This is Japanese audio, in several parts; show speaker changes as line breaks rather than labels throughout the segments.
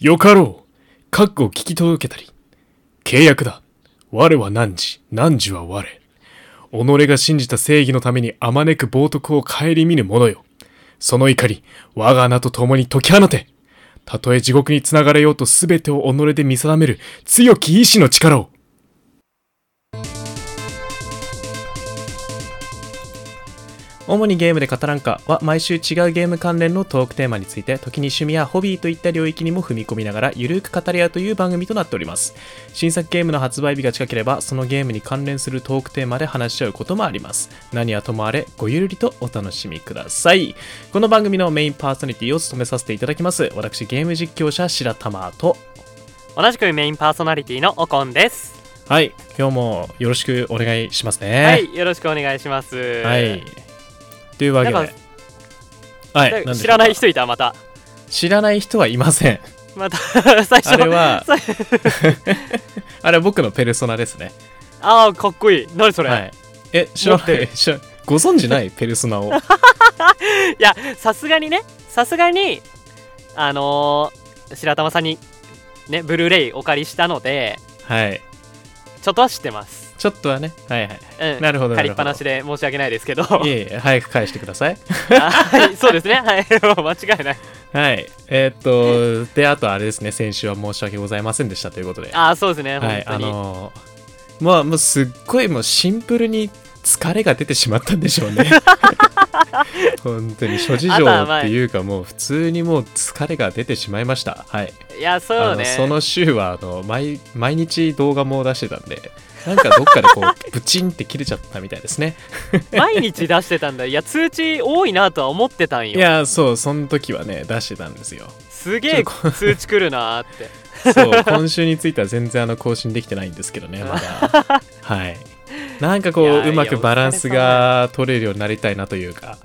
よかろう。かっこ聞き届けたり。契約だ。我は汝、汝は我。己が信じた正義のためにあまねく冒涜を顧みぬ者よ。その怒り、我が名と共に解き放て。たとえ地獄につながれようと全てを己で見定める強き意志の力を。
主にゲームで語らんかは毎週違うゲーム関連のトークテーマについて時に趣味やホビーといった領域にも踏み込みながらゆるく語り合うという番組となっております新作ゲームの発売日が近ければそのゲームに関連するトークテーマで話し合うこともあります何はともあれごゆるりとお楽しみくださいこの番組のメインパーソナリティを務めさせていただきます私ゲーム実況者白玉と
同じくメインパーソナリティのおこんです、
はい今日もよろしくお願いしますね
はいよろしくお願いします
はいというわけで
なんか
はい
な
何で
んか
しょう
知らない人いたまた
知らない人はいません
また 最初
あれは
最
あれは僕のペルソナですね。
ああかっこいい何それ、、
はいい。え、知ら
持っ
な
て
い
る
知ら ご存知ないペルソナ を。
やさすがにねさすがにあのー白玉さんにねブルーレイお借りしたので
はい。
ちょっとは知ってます
ちょっとはね。はいはい。
うん
なるほどな
借
るほど
りっぱなしで申し訳ないですけど
いえいえ、早く返してください。
はいそうですねはい間違いない
はい。えーっと、で、あとあれですね、先週は申し訳ございませんでしたということで。
ああそうです
は
ね
い、あ
本当に、
のー、まあ、もうすっごいもうシンプルに疲れが出てしまったんでしょう ね。本当に諸事情っていうかもう普通にもう疲れが出てしまいました。はい。
いや
あ
そう
の
ね
その週はあの毎毎日動画も出してたんでなんかどっかでこ うブチンって切れちゃったみたいですね
毎日出してたんだいや通知多いなとは思ってたん
い
よ
やそうその時はね出してたんですよ
すげ
ち
え
ょっ
通知来るなーって
そう今週については全然あの更新できてないんですけどねま だはいなんかこ
いやいうや
うまくバランスが取れるようになりたいなというか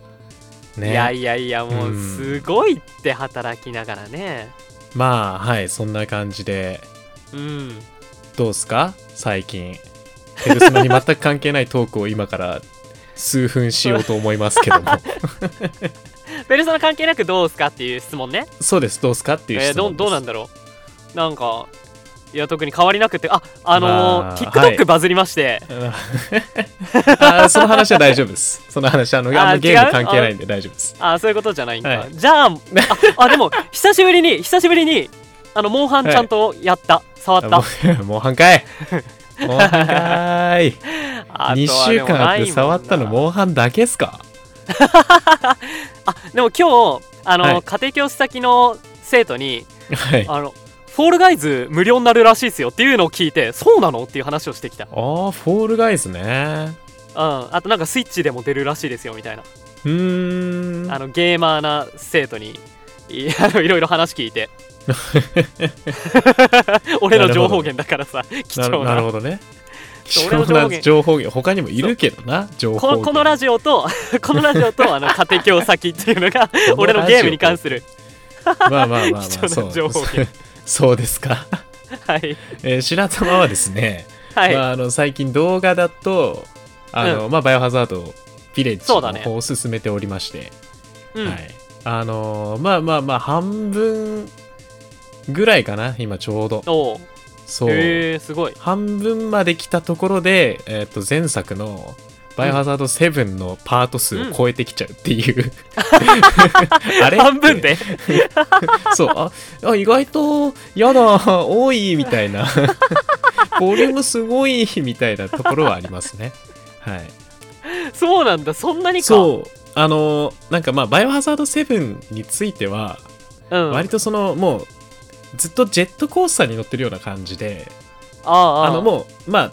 い や
ね
いやいやもううんすごいって働きながらね
まあはいそんな感じで
うん
どうっすか最近ペルソナに全く関係ないトークを今から数分しようと思いますけども
ペルソナ関係なくどうすかっていう質問ね
そうですどうっすかっていう
えー
質
ど
問で
う
す、
どうなんだろうなんかいや特に変わりなくてああのー
まあ
TikTok バズりまして、
あーその話は大丈夫です。その話あのあん
あ
ま
ー
ゲー
違
ム
う
関係ないんで大丈夫です。
あそういうことじゃないんだ、
はい
じゃあああでも久しぶりに久しぶりにあのモンハンちゃんとやった、触った
もう もう半回もう半回 2
あとはで
週
も
間あ
な
って
いもんな
触ったのもう半だけっすか
あでも今日あの、
はい
家庭教師先の生徒に
はい。あ
あのフォールガイズ無料になるらしいですよっていうのを聞いてそうなのっていう話をしてきたうん
あー、フォールガイズね。
あとなんかスイッチでも出るらしいですよみたいな
うーん。
あのゲーマーな生徒にいあのいろいろ話聞 いて俺の情報源だからさ貴
な
重
るなる
な
ほどね。
ちょ
貴
俺の情報
重な情報源。
源
他にもいるけどな、情報
こ
源。
のこのラジオと このラジオと あの家庭教師先っていうのが
ジオ
俺のゲームに関する
まあまあまあまあ、
貴重な
そう
情報源
そうですか。
はい
えー白玉はですね、
はい、
まあ、あの最近動画だとあの、まあ、バイオハザードヴィレッジ
そうだ
の
ね
方を進めておりまして、
うん
はい、あのまあまあまあ半分ぐらいかな今ちょうど
おう
そう
へえすごい
半分まで来たところで、えっと前作の「バイオハザード7」のパート数を超えてきちゃうっていう、 あれ
半分で
そうああ意外とやだ 多いみたいなボリュームすごいみたいなところはありますねはい
そうなんだそんなにか
そうあのなんかまあ「バイオハザード7」については
うん、
割とそのもうずっとジェットコースターに乗ってるような感じで
ああああ
あのもうまあ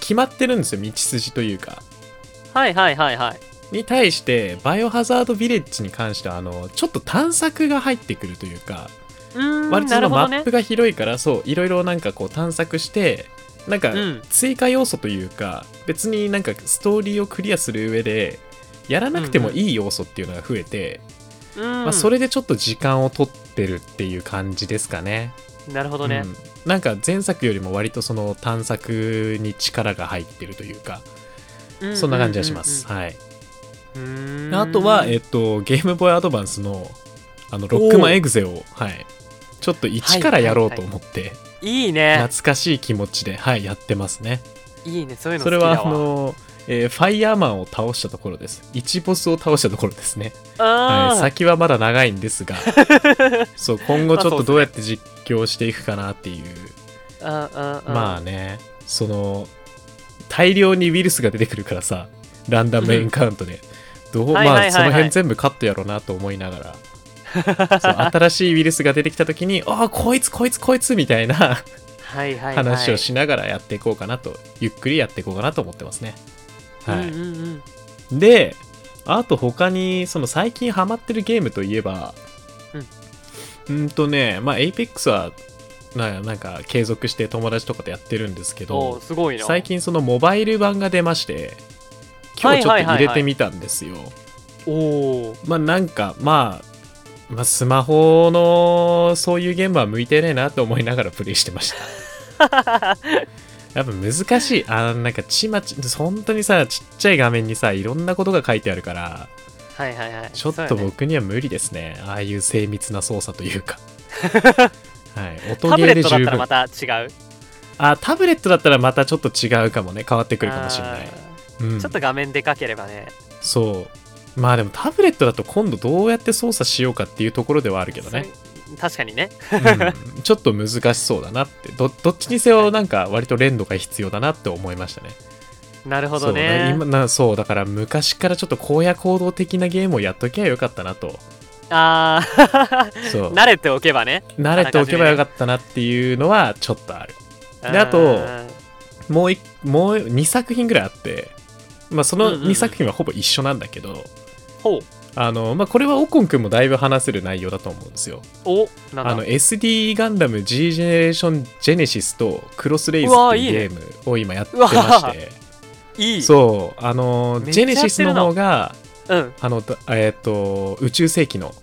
決まってるんですよ道筋というか
はいはいはいはい
に対して「バイオハザード・ヴィレッジ」に関してはあのちょっと探索が入ってくるというか
うーん
割と
な
その
るほ
マ
どね
ップが広いからそういろいろなんかこう探索してなんか
うん
追加要素というか別になんかストーリーをクリアする上でやらなくてもいい要素っていうのが増えて、
うん
まあ、それでちょっと時間を取ってるっていう感じですかね。
なるほどね、
うんなんか前作よりも割とその探索に力が入ってるというかそんな感じがします。はい、
うーん
あとは、えっと、ゲームボーイアドバンスのあのロックマンエグゼを、はい、ちょっと一からやろうと思って、
いいね
懐かしい気持ちで、はい、やってますね。
いいねそういうの
そ
好き
れ
だわ
は、あの、えーファイヤーマンを倒したところです。一ボスを倒したところですね。
あ
はい、
ー
先はまだ長いんです が、そう、今後ちょっとどうやって実況していくかなっていう。
うんうんうん
まあね、その、大量にウイルスが出てくるからさ、ランダムエンカウントで。どう、
はいはいはい
ま
は
あ、
い
その辺全部カットやろうなと思いな がら。そう新しいウイルスが出てきた時に「ああこいつこいつこいつ」みたいな
はいはいはい
話をしながらやっていこうかなと、ゆっくりやっていこうかなと思ってますね。はい
うんうんうん
であと他にその最近ハマってるゲームといえばうんとねまあ APEX はななんか継続して友達とかとやってるんですけ
おー
ど
すごいな
最近そのモバイル版が出まして今日ちょっと入れてみたんですよ、
おお
まあなんかまあまあ、スマホのそういうゲームは向いてねえなと思いながらプレイしてましたやっぱ難しいあーなんかちまち本当にさちっちゃい画面にさいろんなことが書いてあるから
はいはいはい
ちょっ
そう
と
やね
僕には無理ですね。ああいう精密な操作という か。はい、音
タ
ゲ
ブ
ー
レ
で
ットだっ
十
たら
分。
また違う
あ、タブレットだったらまたちょっと違うかもね。変わってくるかもしれない。
あ
うん、
ーちょっと画面でかければね
そう。まあでもタブレットだと今度どうやって操作しようかっていうところではあるけどね。
それ確かにね
うんちょっと難しそうだなって。どどっちにせよなんか割と連動が必要だなって思いましたね。
なるほ
そ
ど
うだ
ね
今なそうだから昔からちょっと荒野行動的なゲームをやっときゃよかったなと。
ああ
そう。
慣れておけばね
慣れておけばよかったなっていうのはちょっとあるであと
うん
もういもう2作品ぐらいあって、まあ、その
うんうんう
2
ん
作品はほぼ一緒なんだけど、
ほう
あのまあ、これはオコン君もだいぶ話せる内容だと思うんですよ
おなんだ
あの SD ガンダム G ジェネレーションジェネシスとクロスレイズっ
う
て
わい
いう
い
ゲ
ね
ームを今やってまして
いい
そうあの
めっち
ジ
ゃ
ェネ
やってるな
シスの方が
うん
あの、だえー、と宇宙世紀の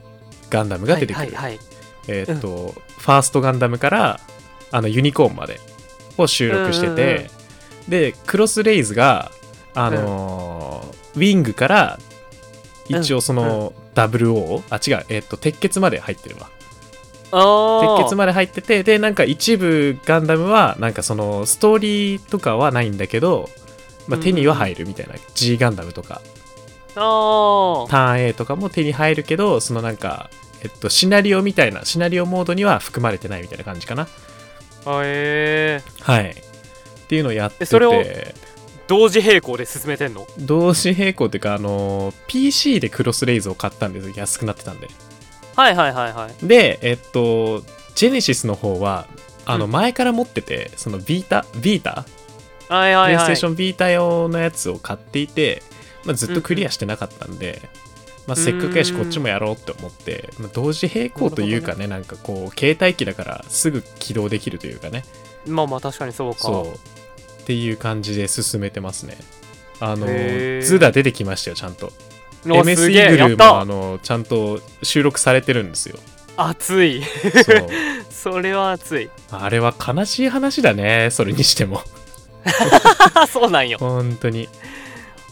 ガンダムが出てくる、
はいはいはい
えーっと、ファーストガンダムからあのユニコーンまでを収録してて、
うんうんう
でクロスレイズがあのーウィングから一応その、WO あ違うえーっと鉄血まで入ってるわ
あ
鉄血
ま
まで入っててでなんか一部ガンダムはなんかそのストーリーとかはないんだけど、まあ、手には入るみたいな、G ガンダムとか
あー
ターン A とかも手に入るけどそのなんかえっとシナリオみたいなシナリオモードには含まれてないみたいな感じかな
あへえ
はい。っていうのをやってて、
えそれを同時並行で進めてんの
同時並行っていうか、あの、PC でクロスレイズを買ったんですよ。安くなってたんで。
はいはいはいはい
で、えっと、ジェネシスの方は、あの、
うん
前から持ってて、そのビータ、ビータ、
はい
プ
は
レ
い
イス
は
テー
い
ションビータ用のやつを買っていて、まあ、ずっとクリアしてなかったんで、まあ、せっかくやし
うーん
こっちもやろうって思って、まあ、同時並行というかねなんかこう携帯機だからすぐ起動できるというかね
まあまあ確かにそうか
そうっていう感じで進めてますねあの
へー
ズダ出てきましたよちゃんと
うわす
MS イ
げ
ー
え
グ
や
ル
っ
もあ
た
のちゃんと収録されてるんです よ
熱い
そう
それは熱い
あれは悲しい話だねそれにしても
あそうなんよ
本当に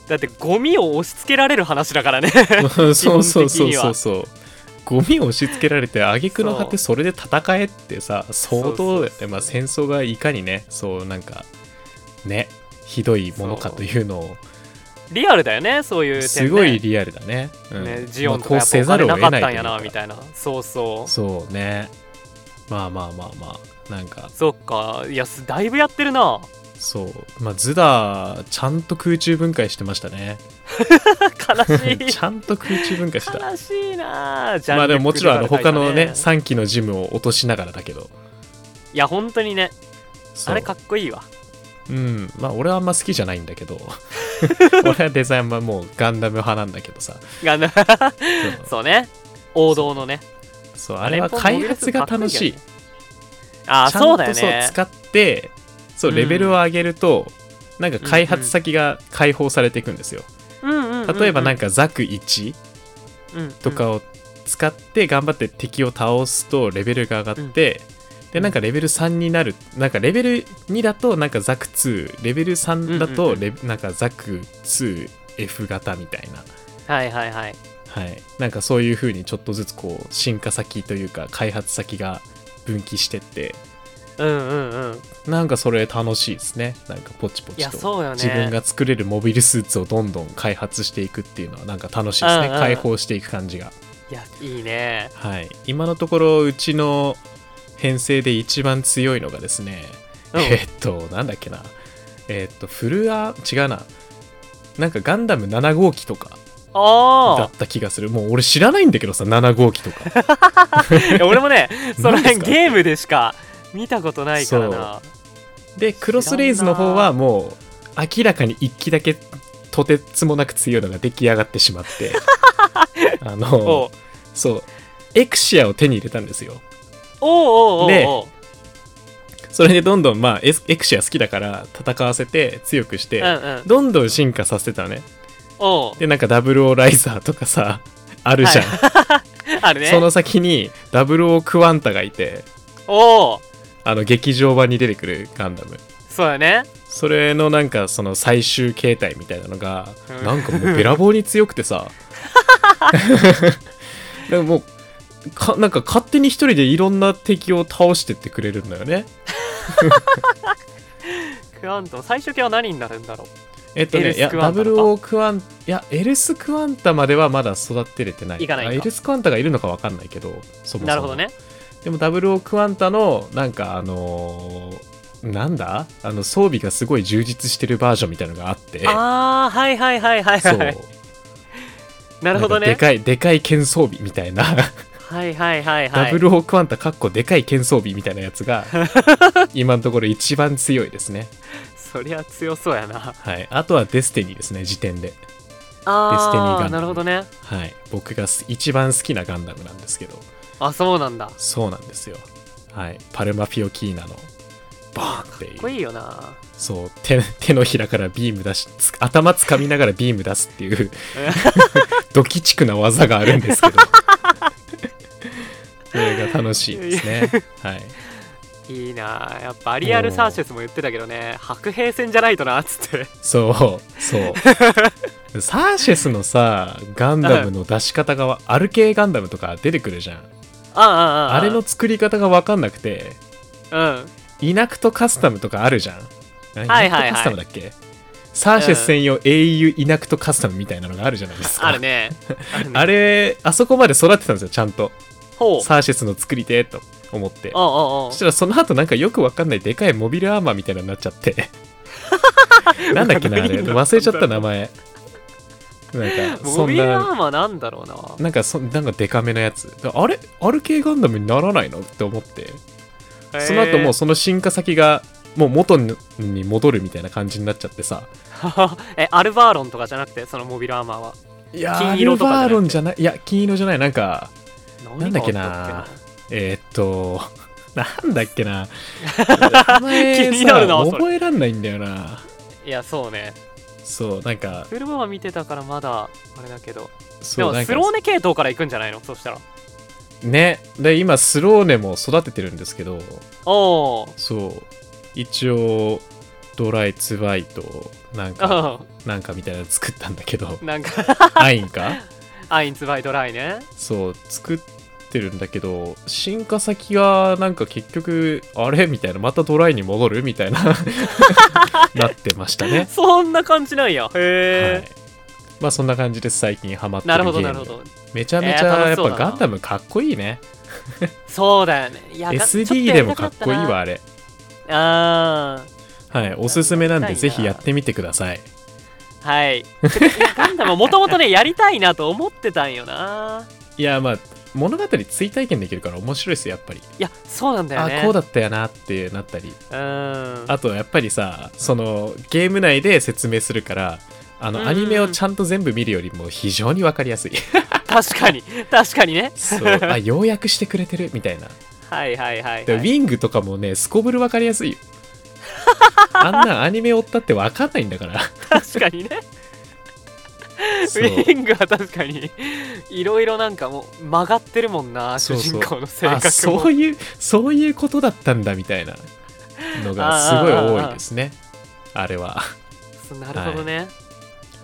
だってゴミを押し付けられる話だからね
そうそうそう
基本的に
そう
は
そうゴミを押し付けられて挙句の果てそれで戦えってさ相当だよ
そうそう
ね
そう
まあ戦争がいかにねそうなんかねひどいものかというのを
リアルだよねそういう点ね
すごいリアルだねうん
ねジオン
まあ
とか
こう
やっぱ
せ
お
ざる
金
を
な
得
か
な
っ
いと
たん
いう
やな
か
みたいなそうそう
そうねまあまあまあまあなんか
そっかいやすだいぶやってるな
そうまあズダちゃんと空中分解してました ね
悲しい
ちゃんと空中分解した
悲しいなあジャンル
まあでももちろんあの
くくら
他
れたり
の
だ
ね3機のジムを落としながらだけど
いや本当にね
そう
あれかっこいいわ
うんまあ俺はあんま好きじゃないんだ けど俺はデザインはもうガンダム派なんだけどさ
がな
そう
そうね王道のね
そうあれは開発が楽しい
ああ
ちゃんと
そうだよ
そう
ね
使ってそう
うん
レベルを上げると、なんか開発先が解放されていくんですよ、例えばなん
か
かザク1とかを使って頑張って敵を倒すとレベルが上がって、でなんかレベル3になるなんかレベル2だとなんかザク2レベル3だ
うんう
と
んうん
レ、なんかザク 2F 型みたいな
はいはいはい
はいなんかそういう風にちょっとずつこう進化先というか開発先が分岐してって
うんうんうん
なんかそれ楽しいですねなんかポチポ
い
チ
や
と、
そうよね
自分が作れるモビルスーツをどんどん開発していくっていうのはなんか楽しいですね、
うんうん
開放していく感じが
いやいいね
はい今のところうちの編成で一番強いのがですね、
うん
えーっとなんだっけなえーっとフルア違うななんかガンダム7号機とかだ
あ
った気がするもう俺知らないんだけどさ7号機とか
あいや俺 もねその
何で
辺
すか
ゲームでしか見たことないからな
でクロスレイズの方はもう明らかに1機だけとてつもなく強いのが出来上がってしまって あ
お
の
う
そうエクシアを手に入れたんですよ
おうおうおうおう
でそれでどんどんまあエスエクシア好きだから戦わせて強くし
う
て、
んうん
どんどん進化させてたのね
おう
でなんかダブルオーライザーとか さあるじゃん、
あるね
その先にダブルオークワンタがいて
おお
あの劇場版に出てくるガンダム
そうだね
それのなんかその最終形態みたいなのが
うん
なんかもうべらぼうに強くてさ でももうかなんか勝手に一人でいろんな敵を倒してってくれるんだよね
クアント最終形は何になるんだろ
えっと
エル
ね
ス
いや
クワ
ダ
ン
ブ
タとか
ルオークワンいやエルスクワンタまではまだ育てれてない
いかないか
あエルスクワンタがいるのか分かんないけどそもそうも
なるほどね
でもダブルオークワンタのなんかあのーなんだあの装備がすごい充実してるバージョンみたいなのがあって
ああはいはいはいはい
そう
はいなるほど
んかで
ね
かいでかい剣装備みたいな、
はいはいはい は
ダ
い
ブルオークワンタかっこでかい剣装備みたいなやつ が今のところ一番強いですね、
そりゃ強そうやな
はい、あとはデスティニーですね時点で、ステニーガン
あ
ダ
あ
ム
なるほどね
はい、僕がす一番好きなガンダムなんですけど
あそうなんだか
そうなんですよ、はい、パルマフィオキーナのバーンっていう
っこいいよな
そう手手のひらからビーム出しつ頭掴みながらビーム出すって いうドキチクな技があるんですけどそれが楽しいですねはい
いいなやっぱアリアル・サーシェスも言ってたけどね白兵戦じゃないとなっつって
そうそう サーシェスのさガンダムの出し方がわアルケーガンダムとか出てくるじゃん
ああああ
あれの作り方が分かんなくて
うん
イナクトカスタムとかあるじゃんあ
は
イナ
い
ク
はいはい
トカスタムだっけ、サーシェス専用英雄イナクトカスタムみたいなのがあるじゃないですか
あるねあるね
あれあそこまで育ってたんですよちゃんと
ほう
サーシェスの作り手と思って
おうおうおう
そしたらその後なんかよくわかんないでかいモビルアーマーみたいなのになっちゃって なんだっけなあれ忘れちゃった名前なんかそ
モ
ん
ビルア
な
ーマーなんだろうな
なんかそなんかデカめのやつあれアルケーガンダムにならないのって思ってその後もうその進化先がもう元に戻るみたいな感じになっちゃってさ
ええアルバーロ ンとかじゃなくてそのモビルアーマーはい
や
金
金
色
色
とかじゃなくて
バーロンじゃないいや金色じゃないなんか
何があっ
な
たっ
んだっえーっと、なんだっけ な。名
気になるな
さ
それ
覚えらんないんだよな。
いやそうね
そう、なんか、
フルボは見てたからまだあれだけどで
そう、
も
なん
スロー
か、
ネ系統から行くんじゃないのそしたら
ね。で、今、スローネも育ててるんですけど、
おー
そう、一応、ドライツバイと、なんか、
あ
なんかみたいなの作ったんだけど
ー、なんか
アインか
アインツバイドライね
そう、作ってるんだけど、進化先が、なんか結局、あれみたいな、またドライに戻るみたい な、なってましたね。
そんな感じなんや
は
へ
い、まあそんな感じです最近ハマっ
え
てる
な
ゲ
る
ー
ほ
ム
どなるほど
めちゃめち
えー
ゃ
楽
や
し
っ
そう
ぱ
だな
ガンダムかっこいいね
そうだよねいやがちょと
SD
や
で
り
も
た
かっ
った
こいい
な
わあれ
あ
はいおすすめなん
や
で
りた
ぜ
いな
ひやってみてください
ーはいガンダムも ともとねやりたいなと思ってたんよない
やまあ物語追体験できるから面白いですよやっぱり、
いやそうなんだよね
あこうだったよなってなったり
うん
あとやっぱりさそのゲーム内で説明するからあ
う
の
ん
アニメをちゃんと全部見るよりも非常に分かりやすい
確かに確かにね
そうあ要約してくれてるみたいな
はいはいはい、
で
は
ウ
い、
ィングとかもねすこぶる分かりやす いよあんなんアニメ追ったって分かんないんだ から
確かにねウ
そう
ィングは確かにいろいろなんかもう曲がってるもんな
そうそう
主人公の性格も
あそういうそういうことだったんだみたいなのがすごい多いですねあれは
そうなるほどね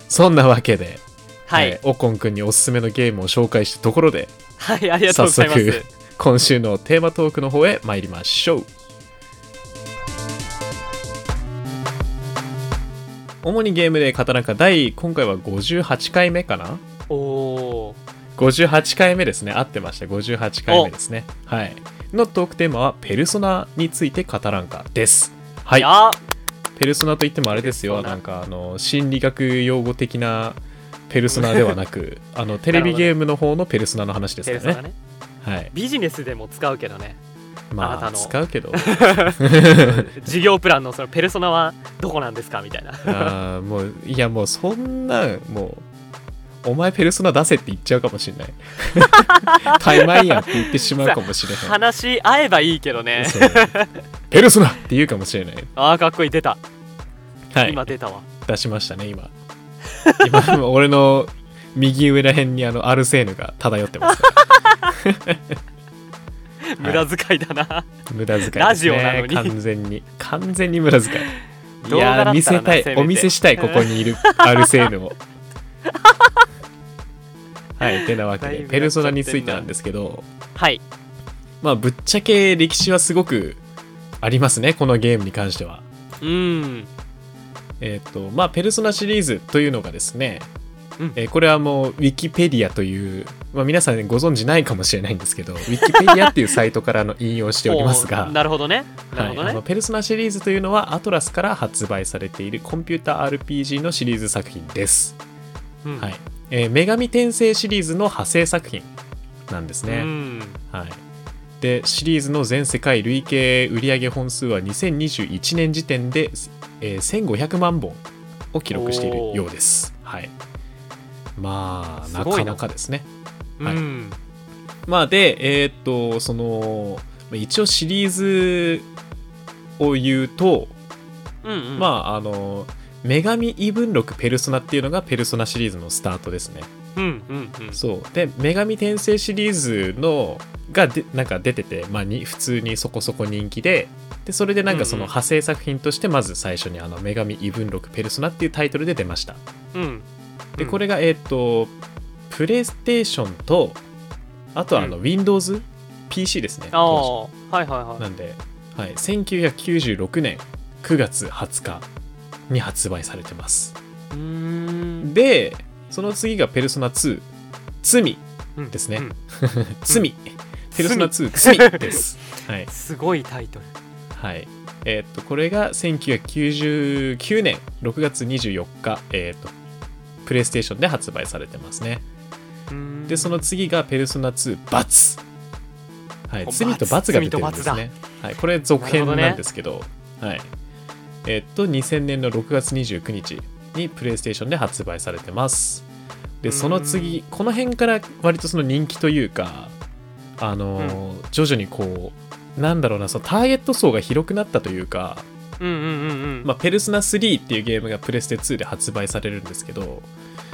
そんなわけで、
は
え
い
ー、おこんくんにおすすめのゲームを紹介したところで
はい、ありがとうございま
早速
す
今週のテーマトークの方へ参りましょう主にゲームで語らんか第今回は58回目かな
おおー
58回目ですね合ってました58回目ですねはいのトークテーマは「ペルソナについて語らんか」ですはい
や
ペルソナといってもあれです
ペ
よ
ルソナ
なんかあの心理学用語的なペルソナではな くあのテレビゲームの方のペルソナの話です
ペ
よ
ル
ね
ソナね
はい
ビジネスでも使うけどねあな
ま
た
あ
の
使うけど
事業プランのそのペルソナはどこなんですかみたいな
あーもういやもうそんなんもうお前ペルソナ出せって言っちゃうかもし れないタイマイやんって言ってしまうかもしれな
話し合えばいいけどね
いそうって
ペルソナ
言うかもしれない
ああかっこいい出た、
はい
今出たわ
出しましたね今今俺の右上ら辺にあのアルセーヌが漂ってますから
無
は
駄
い
遣いだな、
無駄遣いです、ね、
ラジオなのに
完全に完全に無駄遣いい
動画だ
や
ったら
ー
な
見せたい
せめて
お見せしたいここにい るアルセーヌをはいてなわけ
だい
で
ぶやっちゃってんな
ペルソナについてなんですけど
はい
まあぶっちゃけ歴史はすごくありますねこのゲームに関しては
うん
えっ、とまあペルソナシリーズというのがですね、
うん
えーこれはもうウィキペディアという、まあ、皆さんご存知ないかもしれないんですけどウィキペディアっていうサイトからの引用しておりますが
おーなるほどねなる
は
ほ
い、
ど
あ
ね、
のペルソナシリーズというのはアトラスから発売されているコンピューター RPG のシリーズ作品です、
うん
はいえー女神転生シリーズの派生作品なんです
う
ね、
ん
はい、でシリーズの全世界累計売上本数は2021年時点で、えー1500万本を記録しているようです、はい、まあ
す
な
ご
か
いな
なかですねはい
うん
まあでえーっとそのまあ一応シリーズを言うと、
うんうん
まああの女神異文録ペルソナっていうのがペルソナシリーズのスタートですね。
うんうんうん
そうで女神転生シリーズのがでなんか出てて、まあ、に普通にそこそこ人気ででそれでなんかその
うんうん
派生作品としてまず最初に「あの女神異文録ペルソナ」っていうタイトルで出ました。
うん
で
うん
これがえっ、とプレイステーションとあとはあの
う
WindowsPC ですね。
あ
当時
あはいはいは
ないんで、はい、1996年9月20日に発売されてます。
うーん
で、その次がペルソナ2、罪、
うん
ですね
うん
罪、ペルソナ2、罪です。 はい。
すごいタイトル
はい。えーっと、これが1999年6月24日、えーっと、プレイステーションで発売されてますね。
うん
で、その次がペルソナ2、罰。はい、
お
罪と罰が出てるん
罰
です
罪
ね。はい、これ続編
なるほどね
なんですけど、はい。えっと、2000年の6月29日にプレイステーションで発売されてます。で、その次、この辺から割とその人気というか、あのー徐々にこう、なんだろうな、そのターゲット層が広くなったというか、
うんうんうんうん
まあ、ペルソナ3っていうゲームがプレステ2で発売されるんですけど、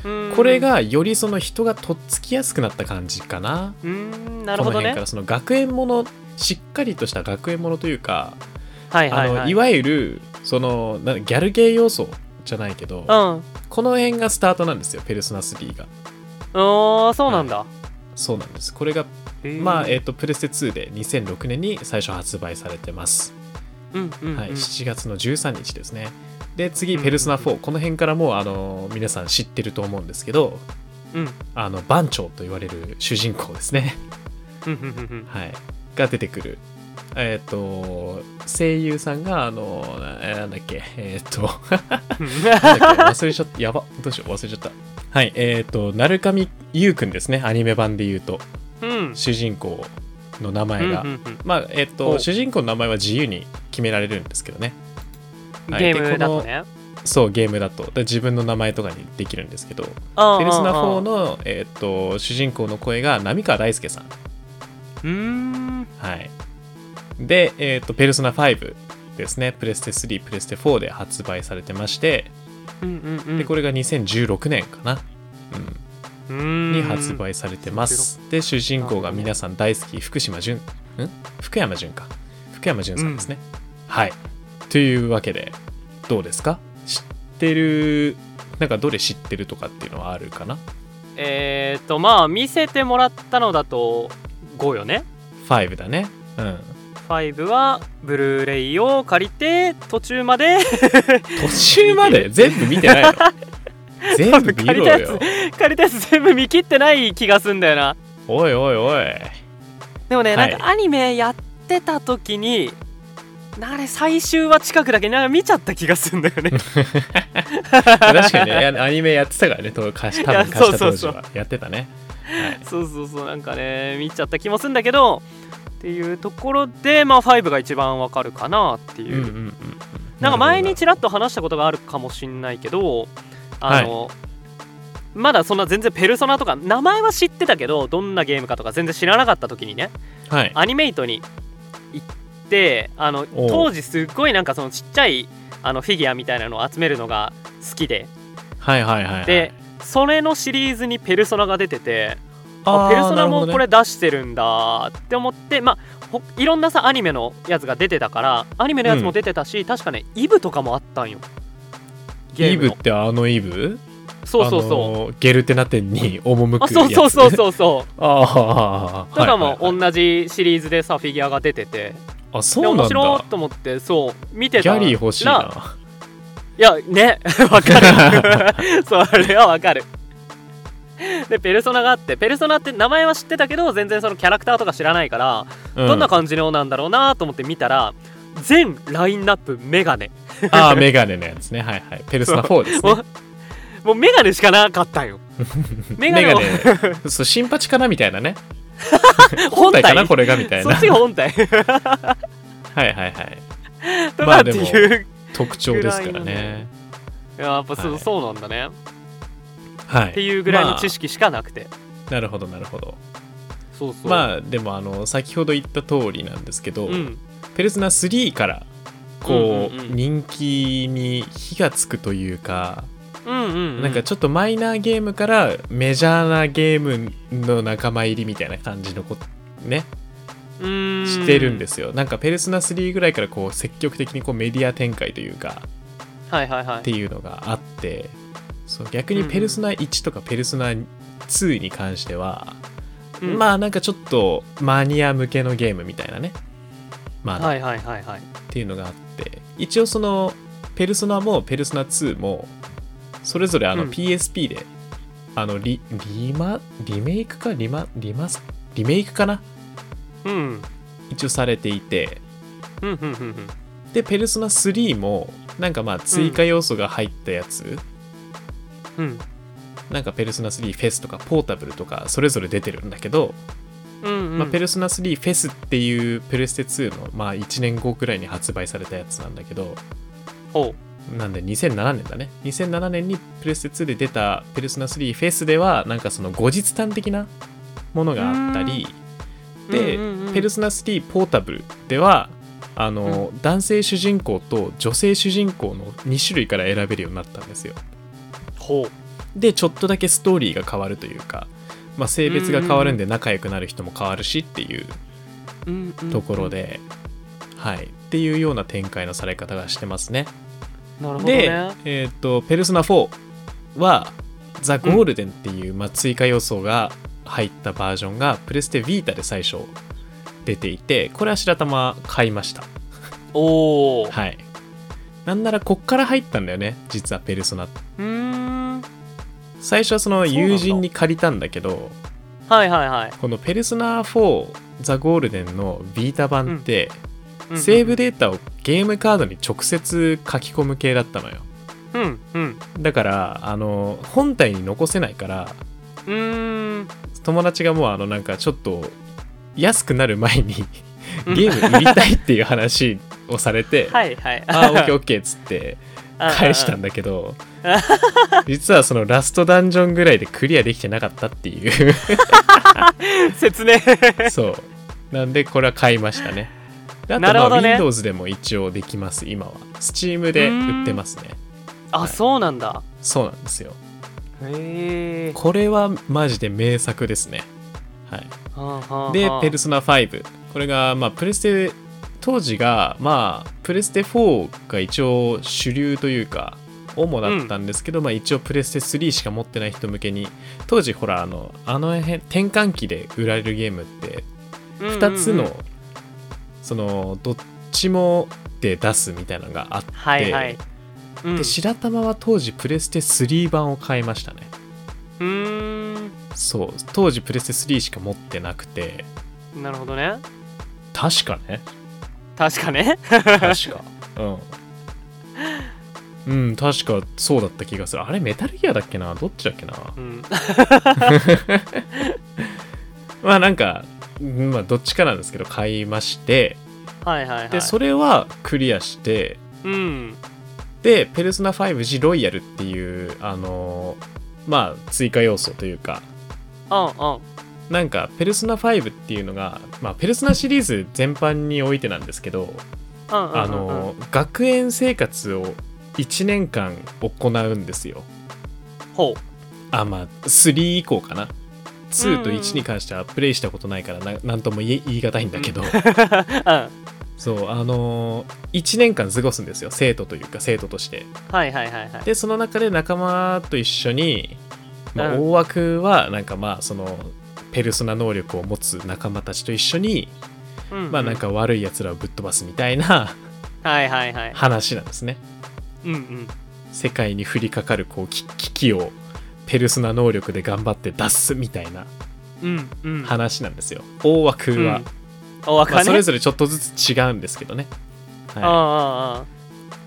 うん
これがよりその人がとっつきやすくなった感じかな。
うーんなるほ
この
ど
辺
ね
からその学園ものしっかりとした学園ものというか、
はいはい
あ
は
の
い
いわゆるそのなギャルゲー要素じゃないけど、
うん
この辺がスタートなんですよペルソナ3が
ああそうなんだ、
そうなんですこれが、
へー
まあえっ、とプレステ2で2006年に最初発売されてます、
うんうんうん
はい、7月の13日ですねで次
うん
ペルソナ
うん
4、この辺からもうあの皆さん知ってると思うんですけど
うん
あの番長と言われる主人公ですね
うんうんうんうん
はい、が出てくる。えっ、と、声優さんが、あの、えーなんだっけ、えっ、と、 なんだっけ忘れちゃった、やば、どうしよう、忘れちゃった。はい、えっ、と、鳴上優くんですね、アニメ版で言うと、
うん
主人公の名前が。
うんうんうん
まあ、えっ、
ほ
と、
う
主人公の名前は自由に決められるんですけどね。はい
ゲームだとね
そう、ゲームだと。で自分の名前とかにできるんですけど、ペ
ペ
ルソナ4の、えっ、と、主人公の声が、浪川大輔さん。
うーん
はい。で、えっ、と、ペルソナ5ですね、プレステ3、プレステ4で発売されてまして、
うんうんうん
で、これが2016年かな、
う
う
ー
ん、
ん
に発売されてます。で、主人公が皆さん大好き、福島淳、ん福山淳か。福山淳さんですね。はい。というわけで、どうですか知ってる、なんかどれ知ってるとかっていうのはあるかな
えっ、ー、とまあ見せてもらったのだと5よね
?5 5だね うん
5はブルーレイを借りて途中まで
途中まで全部見て ないの全部見ろ
多
よ
分借りたやつ全部見切ってない気がすんだよな
おいおいおい
でもね、
はい
なんかアニメやってた時になんかね最終話近くだけなんか見ちゃった気がすんだよ ね
確かにねやアニメやってたからねと貸し多分
いや
貸した
そう
当
そ
時
うそう
はやってたね
そうそうそうなんかね見ちゃった気もすんだけどっていうところでまあ5が一番わかるかなっていう、
うん
なんか前に
ち
ちらっと話したことがあるかもしんないけどあの、まだそんな全然ペルソナとか名前は知ってたけどどんなゲームかとか全然知らなかった時にね
はい
アニメイトに行ってあの
おう
当時すっごいなんかそのちっちゃいあのフィギュアみたいなのを集めるのが好きで
はいはいはいはい
でそれのシリーズに「ペルソナ」が出てて
あー
あペルソ
な
ナ
るほど
も
ね
これ出してるんだって思ってまあほいろんなさアニメのやつが出てたからアニメのやつも出てたし、確かねイブとかもあったんよゲ
イ
ーム
ブ
の
ってあのイブ
そうそうそう、
あのゲルテナテンに赴く
あそうそうそう
う
そう そ
ああ
うとかも
はいはいはい
同じシリーズでさフィギュアが出てて
あそ
で
うな
面
ん
白
だ
いと思ってそう見て
ギ
た
ャリー欲しいない
やね わかる それはわかるでペルソナがあってペルソナって名前は知ってたけど全然そのキャラクターとか知らないから、どんな
感
感じのなんだろうなと思って見たら全ラインナップメガネ
じああメガネのやつねはいはいペルソナ4ですね
もうもうメガネしかなかった んよメガネを
メガネそう新八かなみたいなね
本体
かなこれがみたい
そ
な
っちが本体
はいはいはい
と
ま
か
あ
って
でも
いう、
特徴ですから
ぐらいの
ね
やっぱそう,、
はい
そうなんだね
は
っ
い
ていうぐらいの
識
知識しかなくて、
なるほどなるほど
そうそうあ
まあでもあの先ほど言った通りなんですけど、
うん
ペルソナ3からこう,、
うんうんうん
人気に火がつくというか、
うんうん、うん、
なんかちょっとマイナーゲームからメジャーなゲームの仲間入りみたいな感じのことね
うーん
してるんですよ、なんかペルソナ3ぐらいからこう積極的にこうメディア展開というか
はいはいは
っ
い
ていうのがあってそう逆に
うんうん
ペルソナ1とかペルソナ2に関しては、
うん
まあなんかちょっとマニア向けのゲームみたいなねまあ、
はいはいはいはい
っていうのがあって一応そのペルソナもペルソナ2もそれぞれあ
う
の
ん
PSP で、あのリリマリメイクかリマリマスリメイクかな
うん
一応されていて
うんうんうんうん
でペルソナ3もなんかまあ追加要素が入ったやつ、
うん
なんかペルソナ3フェスとかポータブルとかそれぞれ出てるんだけど、
うんうん
まあ、ペルソナ3フェスっていうプレステ2の、まあ、1年後くらいに発売されたやつなんだけど
ほ
なんで2007年だね2007年にプレステ2で出たペルソナ3フェスではなんかその後日談的なものがあったり
う
で、
うんうんうん
ペルソナ3ポータブルではあの、男性主人公と女性主人公の2種類から選べるようになったんですよ
ほ
でちょっとだけストーリーが変わるというか、まあ、性別が変わるんで仲良くなる人も変わるしっていう
ううんうんうん
ところで、はいっていうような展開のされ方がしてますね
なるほど
で、
ね
えっ、と、ペルソナ4は、ザ・ゴールデンっていう、まあ、追加要素が入ったバージョンが、プレステビータで最初出ていて、これは白玉買いました。
おおう
はい。なんなら、こっから入ったんだよね、実はペルソナ。
ーん
最初はその
そうなんだ
友人に借りたんだけど、
はいはいはい
このペルソナ4、ザ・ゴールデンのビータ版って、
うん
セーブデータをゲームカードに直接書き込む系だったのよ。
うんうん
だから、あの、本体に残せないから、
うーん
友達がもうあのなんかちょっと安くなる前に
うん、
ゲーム売りたいっていう話をされて
はいはい
ああオッケーオッケーっつって返したん
だ
だけ ど実はそのラストダンジョンぐらいでクリアできてなかったっていう
説明
そうなんでこれは買いましたねであと
なるほ
まあ
どね
Windows でも一応できます今は Steam で売ってますね
あそうなんだ
そうなんですよ
へえ
これはマジで名作ですねはいで、ペルソナ5。これが、まあ、プレステ、当時が、まあ、プレステ4が一応主流というか、主だったんですけど、まあ一応プレステ3しか持ってない人向けに、当時ほら、あの、あの辺、転換期で売られるゲームって、 2つの、
うんうんうん
そのどっちもで出すみたいなのがあって、
はいはい、うん、
で白玉は当時プレステ3版を買いましたね
うー
そう当時プレステ3しか持ってなくて
んなるほどね
確かね
確かね
確かうん、うん、確かそうだった気がするあれメタルギアだっけなどっちだっけな
うん
まあなんか、うんまあ、どっちかなんですけど買いまして
はいはいはい
でそれはクリアして
うん
で「ペルソナ 5G ロイヤル」っていうあのーまあ追加要素というか
うんうん
なんか「ペルソナ5」っていうのが、まあ、ペルソナシリーズ全般においてなんですけど、
うんうんうんうん
あのー学園生活を1年間行うんですよ
ほ
あまあ3以降かな2と
うんうんうん
1に関してはプレイしたことないからななんとも言え言い難いんだ けど、
ううん
そうあの1年間過ごすんですよ生徒というか生徒として
はいはいはいはい
でその中で仲間と一緒に、まあ、
うん
大枠はなんかまあそのペルソナ能力を持つ仲間たちと一緒に、
うんうん
まあなんか悪いやつらをぶっ飛ばすみたいな
はいはいはい
話なんですね
うんうん
世界に降りかかるこうき危機をペルソナ能力で頑張って脱すみたいな
うんうん
話なんですよ大枠は、
うんおわ
ま
か
あ、
んな
そ
い
れぞれちょっとずつ違うんですけどね、
うんう
は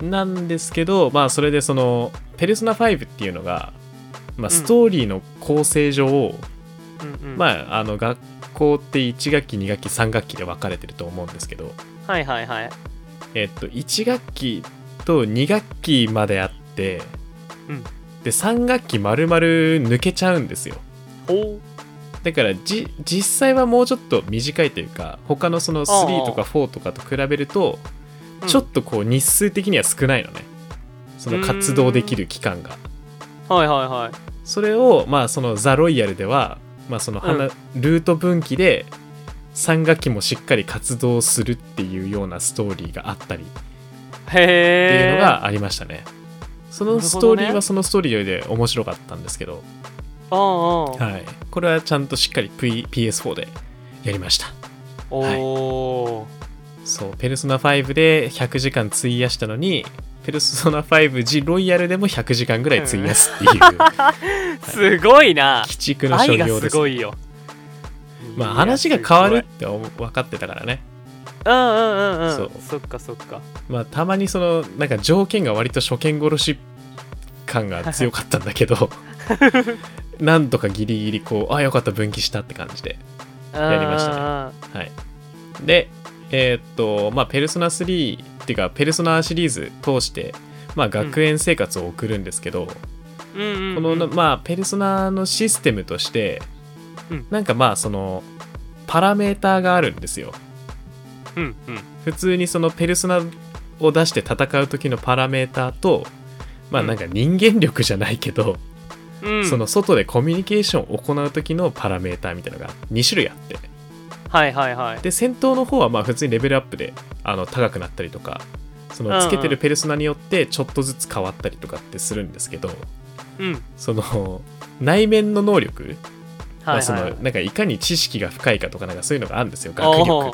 んうん
い、なんですけどまあそれでその「ペルソナ5」っていうのが、まあ、
ん
ストーリーの構成上を、
うんうん
まあ、あの学校って1学期2学期3学期で分かれてると思うんですけど、
はいはいはい
えっと、1学期と2学期まであって、
うん
で3学期丸々抜けちゃうんですよ
ほ
だからじ実際はもうちょっと短いというか他のその3とか4とかと比べると
う
ちょっとこう日数的には少ないのねその活動できる期間が
とはいはいはい
それをまあその「ザ・ロイヤル」では、まあ、その花、ルート分岐で3学期もしっかり活動するっていうようなストーリーがあったりって
へえ
いうのがありましたね、そ
な
の
るほ
ス
ど
トー
ね
リーはそのストーリーで面白かったんですけど
うんうん
はい、これはちゃんとしっかり P- PS4 でやりました
おお
そう「ペルソナ5」で100時間費やしたのに「ペルソナ 5G ロイヤル」でも100時間ぐらい費やすっていう
すごいな
鬼畜の所
愛が
業
す
です
ごいよ
まあ
いや
話が変わるっ
す
て思う分かってたからね
ごいうんうんうんうん
そう
そっかそっか
まあたまにそのなんか条件が割と初見殺し感が強かったんだけ どなんとかギリギリこうあよかった分岐したって感じで
や
りましたねはいでえーっとまあペルソナ3っていうかペルソナシリーズ通してまあ学園生活を送るんですけど、
うんうんうん
このまあペルソナのシステムとして、
うん
なんかまあそのパラメーターがあるんですよ
うんうん
普通にそのペルソナを出して戦う時のパラメーターとまあなんか人間力じゃないけど、
うん
その外でコミュニケーションを行う時のパラメーターみたいなのが2種類あって
はいはいはい
で戦闘の方はまあ普通にレベルアップであの高くなったりとかそ
うんう
の
ん
つけてるペルソナによってちょっとずつ変わったりとかってするんですけど
うん
その内面の能力ま
は
あ
い
そ
は
の
い
なんかいかに知識が深いかとかなんかそういうのがあるんですよ学
お
力
ー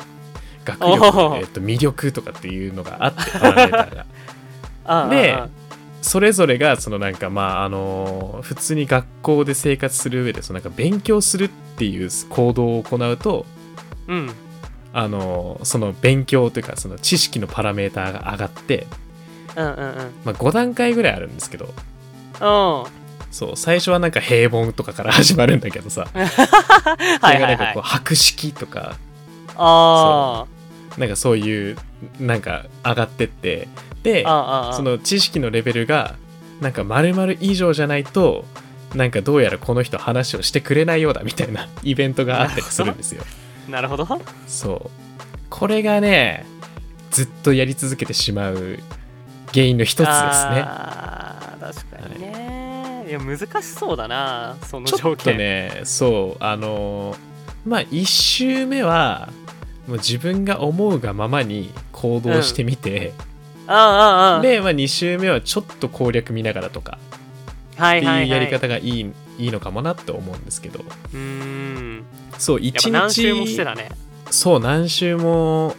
学
お
力
ー、
えっと、魅力とかっていうのがあってパラメーターが
ああ
で
ああ
それぞれがそのなんかまああの普通に学校で生活する上でそのなんか勉強するっていう行動を行うと
うん
あのその勉強というかその知識のパラメーターが上がって、
うんうんうん
まあ、5段階ぐらいあるんですけど
うん
そう最初はなんか平凡とかから始まるんだけどさ
はい
そ
は
れ
い
がな
は
んかこう
い
博識とか
あ
なんかそういうなんか上がってってで
ーあああ
その知識のレベルがなんか丸々以上じゃないとなんかどうやらこの人話をしてくれないようだみたいな イベントがあったりするんですよ。
なるほど
そうこれがねずっとやり続けてしまう原因の一つですね。
あー確かにね、い、や難しそうだなその
ちょ
条
っと
件
ねそうあのーまあ1周目はもう自分が思うがままに行動してみて、
ああああ
で、まあ、2周目はちょっと攻略見ながらとか
は
っ
い
て
はいいうは
や
い
り方がいい,、いいのかもなって思うんですけど
うーん
そう
やっぱ何周
1
もして
日
だね
そう何周も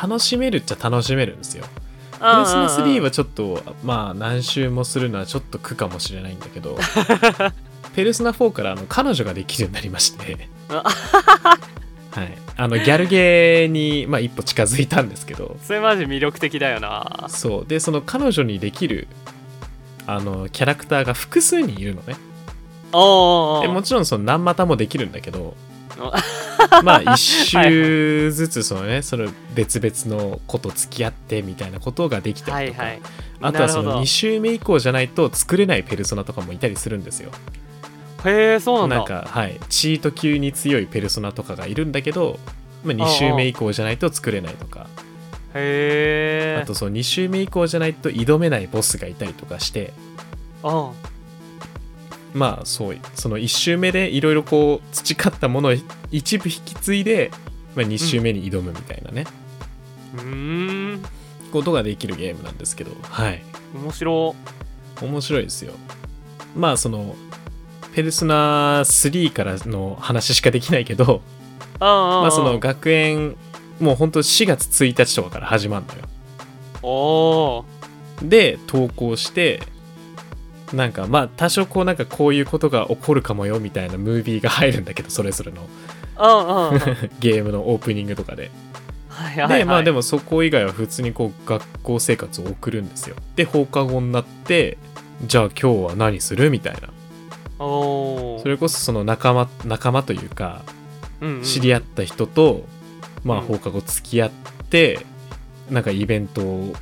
楽しめるっちゃ楽しめるんですよ
プ
プレスの3はちょっとまあ何周もするのはちょっと苦かもしれないんだ けどペルソナ4からあの彼女ができるようになりまして
あ
はいあのギャルゲーに、まあ、一歩近づいたんですけど
それマジ魅力的だよな
そうでその彼女にできるあのキャラクターが複数人いるのね
おーおー
で
おー
もちろんその何股もできるんだけど
お
ま あ一周ずつそのねその別々の子と付き合ってみたいなことができた
は
り
い
とか、
はい
あとはそ
なるほ
の
ど
2周目以降じゃないと作れないペルソナとかもいたりするんですよ
へえそうなんだ
なんかはいチート級に強いペルソナとかがいるんだけど、まあ、2周目以降じゃないと作れないとか
へえ
あとその2周目以降じゃないと挑めないボスがいたりとかして
あ
まあそうその1周目でいろいろこう培ったものを一部引き継いで、まあ、2周目に挑むみたいなね、
うーん
ことができるゲームなんですけどはい
面白
面白いですよまあそのペルソナ3からの話しかできないけど
あああ
まあその学園もうほんと4月1日とかから始まるのよ
おー
で投稿してなんかまあ多少こうなんかこういうことが起こるかもよみたいなムービーが入るんだけどそれぞれの
あああ
ゲームのオープニングとかで
はい
で、
はい、はい、
まあでもそこ以外は普通にこう学校生活を送るんですよで放課後になってじゃあ今日は何するみたいな
おー
それこそその仲間仲間というか
うんうん、
知り合った人と、まあ
うん
放課後付き合って、なんかイベントを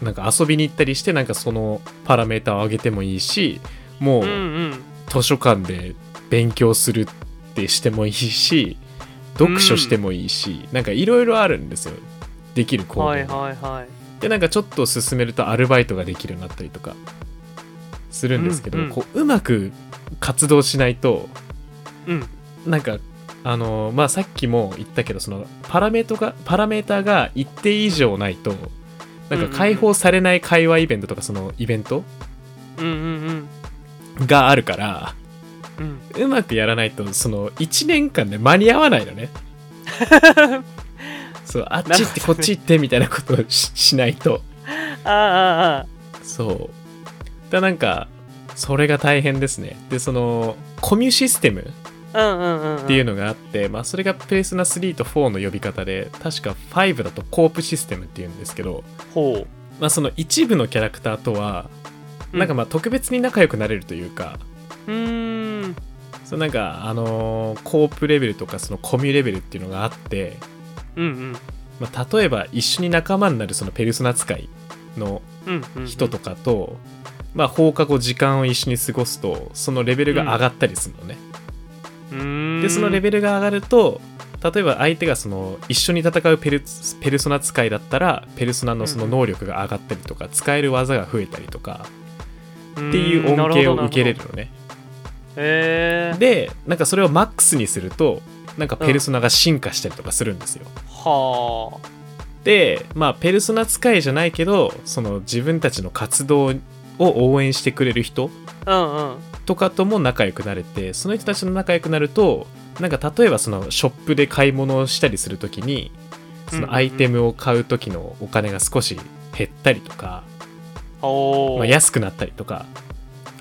なんか遊びに行ったりしてなんかそのパラメーターを上げてもいいしも
うん
う図書館で勉強するってしてもいいし読書してもいいし、なんかいろいろあるんですよできる
うん
行動、
はいはいはい
でなんかちょっと進めるとアルバイトができるようになったりとかするんですけど、
うんうん
こううまく活動しないと
うん
なんかあのまあさっきも言ったけどそのパラメートがパラメーターが一定以上ないとなんか解放されない会話イベントとかそのイベント
うんうん
があるから
うん うん
うまくやらないとその1年間で間に合わない のねそうあっち行ってこっち行ってみたいなことをししないと
あああ
そうだなんかそれが大変ですねでそのコミュシステム
ああうんうんうん
っていう
の
のがあって、まあ、それがペルソナ3と4の呼び方で確か5だとコープシステムっていうんですけど、
ほ
まあ、その一部のキャラクターとは
う
なんかまあ特別に仲良くなれるというか、
うーん
そうなんかあのーコープレベルとかそのコミュレベルっていうのがあって、
うんうん
まあ、例えば一緒に仲間になるそのペルソナ使いの
うんうん
人とかと、まあ、放課後時間を一緒に過ごすとそのレベルが上がったりするのね。
うーん
でそのレベルが上がると例えば相手がその一緒に戦うペルペルソナ使いだったらペルソナのその能力が上がったりとか、使える技が増えたりとか
ル
っていう恩恵を受けれるのね
へえ
でなんかそれをマックスにするとなんかペルソナが進化したりとかするんですよ、
はあ
でまあペルソナ使いじゃないけどその自分たちの活動を応援してくれる人
うんうん
とかとも仲良くなれてその人たちの仲良くなるとなんか例えばそのショップで買い物をしたりするときにそ
うんうんう
の
ん
アイテムを買う時のお金が少し減ったりとか、
おお、
まあ、安くなったりとか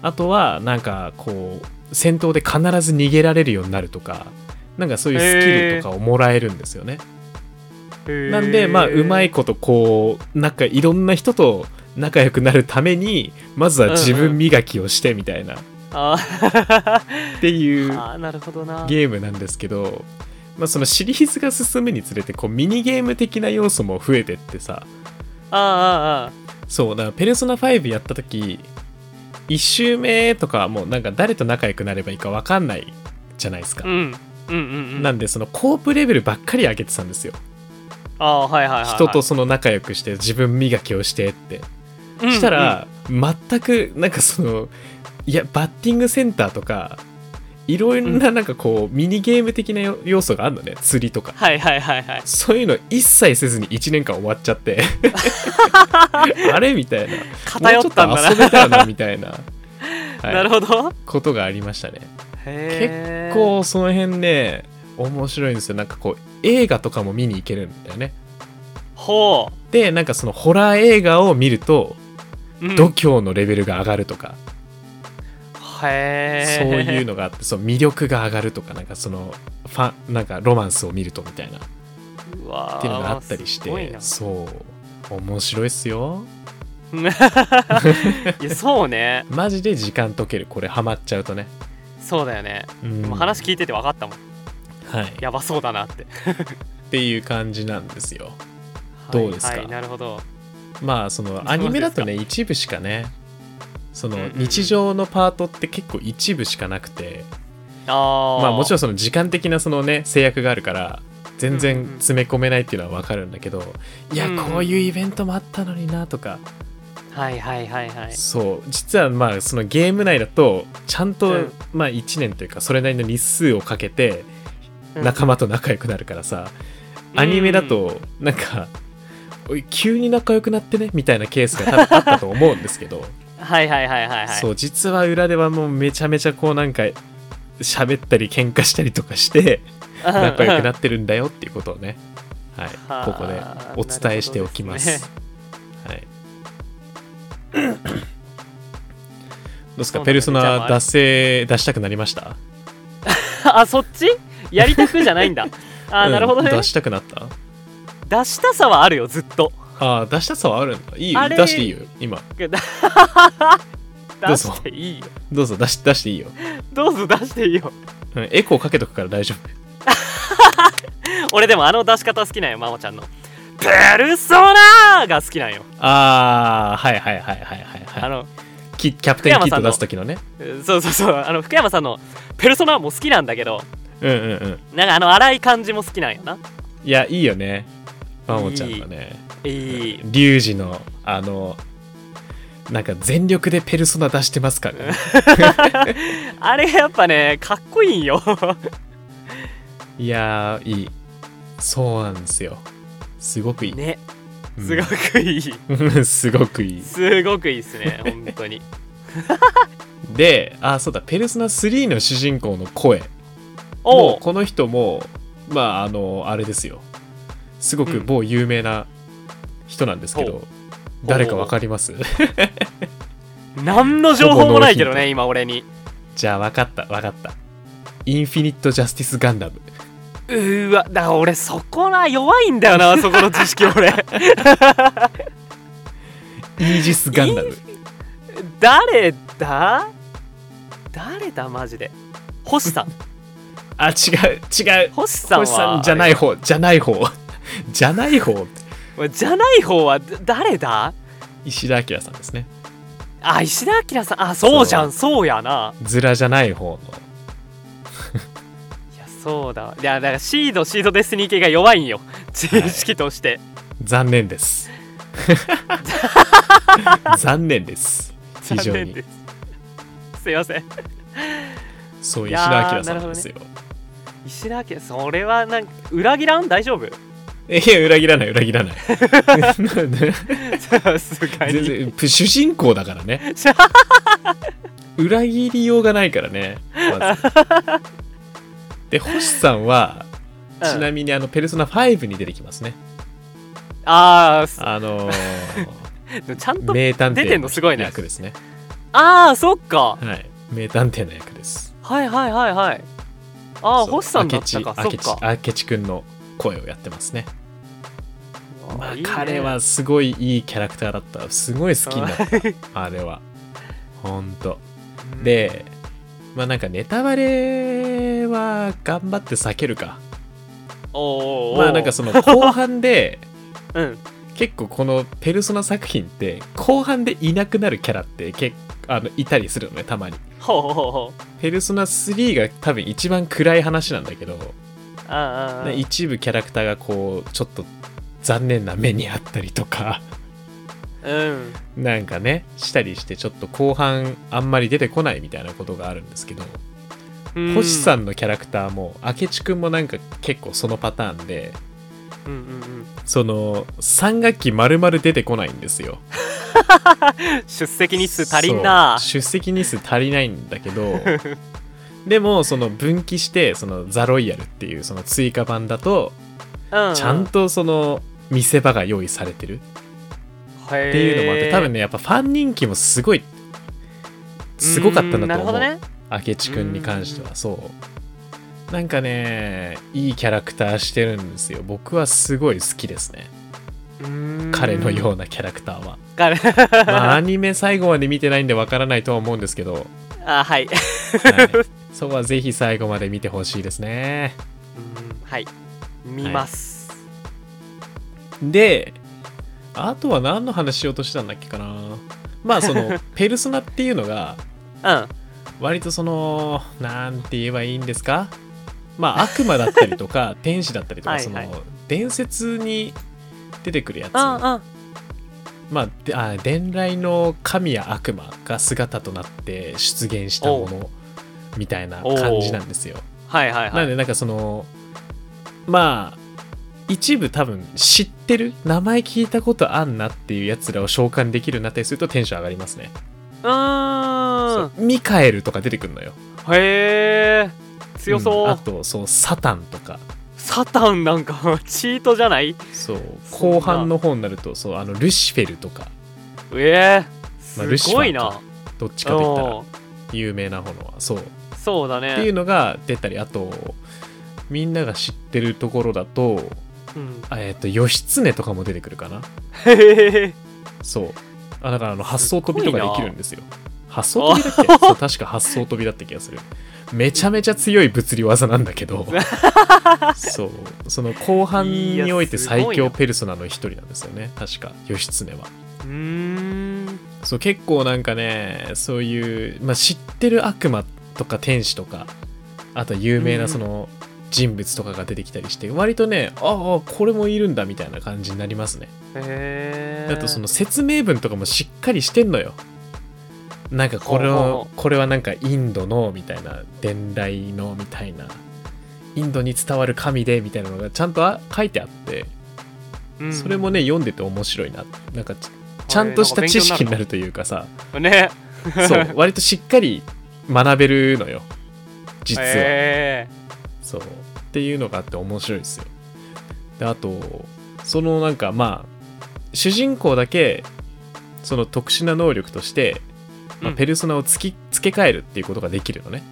あとはなんかこう戦闘で必ず逃げられるようになるとかなんかそういうスキルとかをもらえるんですよね。
へえ
なんでまあうまいことこうなんかいろんな人と仲良くなるためにまずは自分磨きをしてみたいな、
あ
っていう
あー なるほどな
ゲームなんですけど、まあ、そのシリーズが進むにつれてこうミニゲーム的な要素も増えてってさ
あーあーあ
そうだからペルソナ5やった時1周目とかはもうなんか誰と仲良くなればいいか分かんないじゃないですか、
ーうんうんうんうん
なんでそのコープレベルばっかり上げてたんですよ、
ああーはいはいはい、はい、
人とその仲良くして自分磨きをしてってしたら、全くなんかそのいやバッティングセンターとかいろんななんかこうミニゲーム的な要要素があるのね釣りとか
はいはいはいはい
そういうの一切せずに1年間終わっちゃって あれみたいな
偏ったん
もうち
だ
ょ
な
っと遊べたよなみ たいな、はい
なるほど
ことがありましたね
へ
結
ー
構その辺ね面白いんですよなんかこう映画とかも見に行けるんだよね
ほ
でなんかそのホラー映画を見ると
う、うん、
度胸のレベルが上がるとか、
へえ
そういう
う
のがあってその魅力が上がるとかなんかそのファンなんかロマンスを見るとみたいなっ
うわー
ていうのがあったりして
すごいな
そう面白いっすよ
いやそうね
マジで時間解けるこれハマっちゃうとね、
そうだよね、
うん
もう話聞いてて分かったもん
はい、っ
やばそうだなって
ていう感じなんですよどうですか
はいはい、なるほど
まあそのアニメだとね一部しかねそ
うんう
の
ん
日常のパートって結構一部しかなくて、
あー
まあもちろんその時間的なそのね制約があるから全
うん
然
うん
詰め込めないっていうのは分かるんだけど、いや
うんうん
こういうイベントもあったのになとか、
はいはいはいはい
そう実はまあそのゲーム内だとちゃんと、
うん
まあ1年というかそれなりの日数をかけて
うん
仲間と仲良くなるからさ、アニメだとなんか、おい急に仲良くなってねみたいなケースが多分あったと思うんですけど。
はいはいはいはいはい
そう実は裏ではもうめちゃめちゃこうなんか喋ったり喧嘩したりとかして仲良くなってるんだよっていうことをね、はい、
はあ
ここでお伝えしておきます
なるほ
はい、どうですか
そうなんだ
ペルソ
じゃ
ナ
あ
出せ出したくなりました
あそっちやりたくじゃないんだあー、
うん
なるほどね
出
出し
したくなった
たさはあるよずっと
あー出したさはあるんだいいよ
あれ
出していいよ今
出
どうぞ
していいよ
どうぞ出し出していいよ、
どうぞ出していいよ
うん、エコーかけとくから大丈夫
俺でもあの出し方好きなんよマモちゃんのペルソナーが好きなんよ
ああはいはいはいはいはい
あ
はい
の
キキャプテンキッド出す時のね
うんそうそうそうあの福山さんのペルソナーも好きなんだけど
うんうんうん
なんかあの荒い感じも好きなんよない
やいいよねマモちゃんのね
いい
リュウジのあのなんか全力でペルソナ出してますから ね
あれやっぱねかっこいいんよ
いやーいいそうなんですよすごくいい、
ね
うん
すごくいい
すごくいい
すごくいいっ すね本当に
であそうだペルソナ3の主人公の声
お
も
う
うこの人もまああのあれですよすごく
うん
某有名な人なんですけど、
ほ
誰かわかります
何の情報もないけどね今俺に
じゃあわかったわかったインフィニット・ジャスティス・ガンダム
うーわだから俺そこな弱いんだよなそこの知識俺
イージス・ガンダム
誰だ誰だマジで星 さん
あ違う違う
星さんは
星さんじゃない方じゃない方じゃない方
じゃない方はだ誰だ
石田明さんですね
あ石田明さんあそうじゃんそうやな
ズラじゃない方の
いやそうだいやだからシードシードデスニー系が弱いんよ知識として、
残念です 残念です非常
残念
に
ですすいません
そう石
いやー
田明さんなんですよ、
石田明それはなんか裏切らん大丈夫
いや裏切らない裏切ら ないなんで
さす が
全
に
然 主人公だから ね裏切りようがないからねまずで星さんは
うん
ちなみにあの、ペルソナ5に出てきますね
ああ
あのー
ちゃんと
名探
出てんのすごい
偵の
ね
役ですね。
ああそっか
はい。名探偵の役です。
はいはいはいはいああ
そう
星さんだったかそ
明
っ
智
か
明智明智くんの声をやってますね。
うわ
まあ
いいね
彼はすごいいいキャラクターだった。すごい好きになった。あれは。ほんと。
うん
で、まあなんかネタバレは頑張って避けるか。
おーおーおー
まあなんかその後半で、
うん
結構このペルソナ作品って後半でいなくなるキャラって結あのいたりするのねたまに
ほうほうほう
ペルソナ3が多分一番暗い話なんだけど、
あーあ
ね
ー
一部キャラクターがこうちょっと残念な目にあったりとか
あーうん
なんかねしたりしてちょっと後半あんまり出てこないみたいなことがあるんですけど、
うん
星さんのキャラクターも明智くんもなんか結構そのパターンで
うんうんうん
その3学期丸々出てこないんですよ。
出席日数足りんな
そう出席日数足りないんだけどでもその分岐してそのザ・ロイヤルっていうその追加版だと
うん、
ちゃん
っ
とその見せ場が用意されてる
て
っていうのもあって多分ねやっぱファン人気もすごいすごかったんだと
なる
思
ほ
う
どね
明智くんに関してはそうなんかねいいキャラクターしてるんですよ僕はすごい好きですね
うーん
彼のようなキャラクターは
彼
まあアニメ最後まで見てないんでわからないとは思うんですけど、はい、
あはい
そこはぜひ最後まで見てほしいですね
うんはい見ます、
であとは何の話しようとしてたんだっけかなまあそ のペルソナっていうのが
うん
割とそのなんて言えばいいんですかまあ悪魔だったりと か天使だったりとか
はい
その
はい
伝説に出てくるやつ
うんうん
まあであ伝来の神や悪魔が姿となって出現したものみたいな感じなんですよ
はいはいは
ないんでなんかそのまあ一部多分知ってる名前聞いたことあんなっていうやつらを召喚できるようになったりするとテンション上がりますね、
うーん
そうミカエルとか出てくるのよ
へえ強そう、
んあとそうサタンとか
サタンなんか チートじゃない
そう
そんな
後半の方になるとそうあのルシフェルとか
ええ
まあル
ー、
シ
す
ファー
ごいな、
かどっちかといったら
うん
有名な方のはそうっ
そうだね
ていうのが出たりあとみんなが知ってるところだと
うん
あえっ、と義経とかも出てくるかな
へへへ
そうあだからあの発想飛び
す
と
ご
か
いな
できるんですよ発想飛びだっけそう確か発想飛びだった気がするめちゃめちゃ強い物理技なんだけ どそうその後半において最
いやすごい
強
な
ペルソナの一人なんですよね確か義経は
うーん
そう結構なんかねそういう、まあ、知ってる悪魔とか天使とかあと有名
うんう
なんその人物とかが出てきたりして割とねああこれもいるんだみたいな感じになりますね
へえ
あとその説明文とかもしっかりしてんのよなんかこれ
ほうほう
を
ほ
これはなんかインドのみたいな伝来のみたいなインドに伝わる神でみたいなのがちゃんとあ書いてあって
うん
それもね読んでて面白いななんかちちゃんとした知識になるというかさ
ね
そう 割としっかり学べるのよ実は、
へ
そうっていうのがあって面白いですよであとそのなんかまあ主人公だけその特殊な能力として、まあ
うん
ペルソナをつき付け替えるっていうことができるのね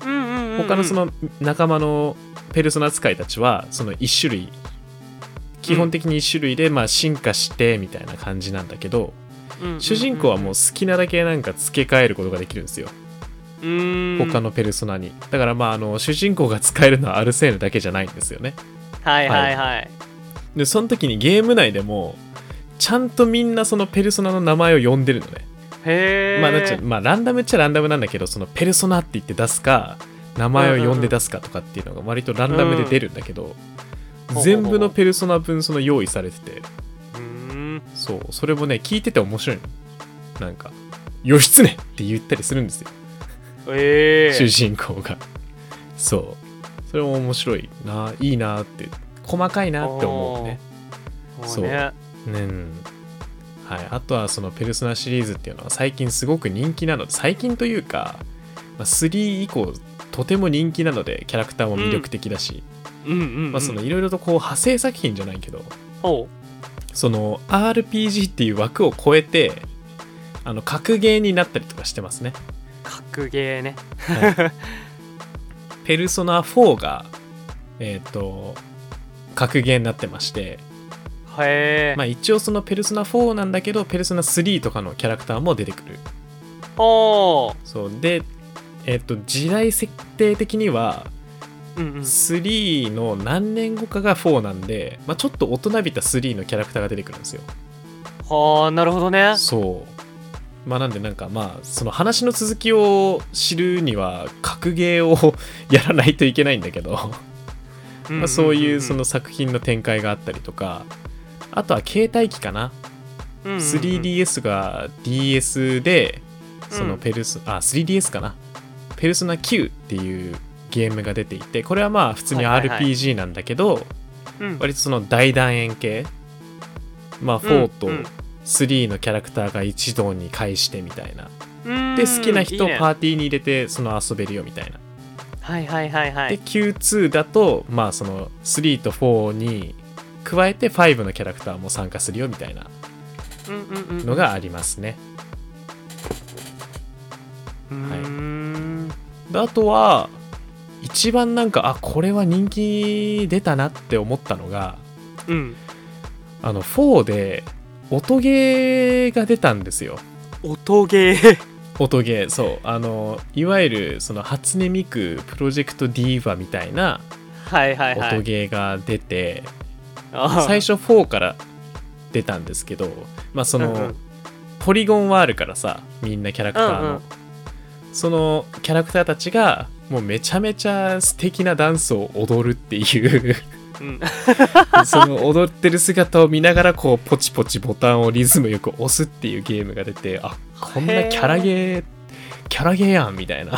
ーうんうんうんうん
他のその仲間のペルソナ使いたちはその1種類基本的に1種類でまあ進化してみたいな感じなんだけど、
うんうんうん
主人公はもう好きなだけなんか付け替えることができるんですよ
うーん
他のペルソナに、だからまああの主人公が使えるのはアルセーヌだけじゃないんですよね
はいはいはい
でその時にゲーム内でもちゃんとみんなそのペルソナの名前を呼んでるのね、
へえ
まあなんちゃまあランダムっちゃランダムなんだけどそのペルソナって言って出すか名前を呼んで出すかとかっていうのが割とランダムで出るんだけど、
うん
全部のペルソナ分その用意されてて
うーん
そうそれもね聞いてて面白いのなんか「義経!」って言ったりするんですよ
ええ
主人公がそうそれも面白いないいなって細かいなって思うね
そうね
うんはい、あとはその「ペルソナ」シリーズっていうのは最近すごく人気なので最近というか、まあ、3以降とても人気なのでキャラクターも魅力的だし、
うんうんうん
まあ、そのいろいろとこう派生作品じゃないけど
ほ
その RPG っていう枠を超えてあの格ゲーになったりとかしてますね。
う格ゲーね
ペルソナ4が、えっと格ゲーになってまして、
へえ
まあ、一応その「ペルソナ4」なんだけど「ペルソナ3」とかのキャラクターも出てくる
ほ
そうでえっ、と時代設定的には
ううんうん
3の何年後かが4なんで、まあ、ちょっと大人びた3のキャラクターが出てくるんですよ
はあなるほどね
そうまあなんでなんかまあその話の続きを知るには格ゲーを やらないといけないんだけどまあそういうその作品の展開があったりとかあとは携帯機かな 3DS が DS でそのペルソ、あ 3DS かなペルソナ Q っていうゲームが出ていてこれはまあ普通に
はいはいはい
RPG なんだけど、
うん
割とその大団円系まあ4と
うん
3のキャラクターが一堂に会してみたいな、
うん
で好きな人を
いいね
パーティーに入れてその遊べるよみたいな
はいはいはいは
で
い
Q2 だとまあその3と4に加えて5のキャラクターも参加するよみたいな
うんうんうん
のがありますね
うーん
であとは一番なんかあこれは人気出たなって思ったのが
うん
あの4で音ゲーが出たんですよ
音ゲー
音ゲーそうあのいわゆるその初音ミクプロジェクトディーバみたいな
はいはいはい
音ゲーが出て、
あー
最初4から出たんですけどまあその、
うんうん
ポリゴンはあるからさみんなキャラクターの、
うんうん
そのキャラクターたちがもうめちゃめちゃ素敵なダンスを踊るっていう
うん
その踊ってる姿を見ながらこうポチポチボタンをリズムよく押すっていうゲームが出てあこんなキャラゲーキャラゲーやんみたいな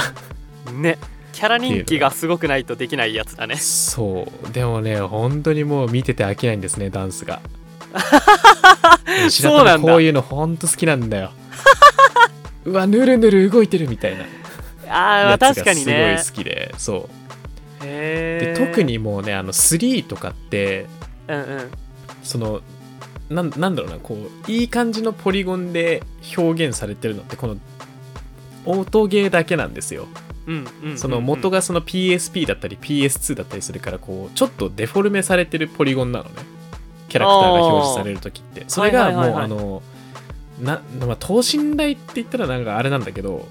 ねキャラ人気がすごくないとできないやつだね
そうでもね本当にもう見てて飽きないんですねダンスが
そうな
白玉
んだ
こういうの本当好きなんだよ うわぬるぬる動いてるみたいな
あーま
や
あ
つが
確かにね
すごい好きでそう
へ
で
ー
特にもうねあの3とかって
うんうん
そのなんなんだろうなこういい感じのポリゴンで表現されてるのってこの音ゲーだけなんですよ
うんうんうん
その元がその PSP だったり PS2 だったりするからこうちょっとデフォルメされてるポリゴンなのねキャラクターが表示される時ってそれがもう、
はいはいはいはい
あのな、まあ、等身大って言ったらなんかあれなんだけど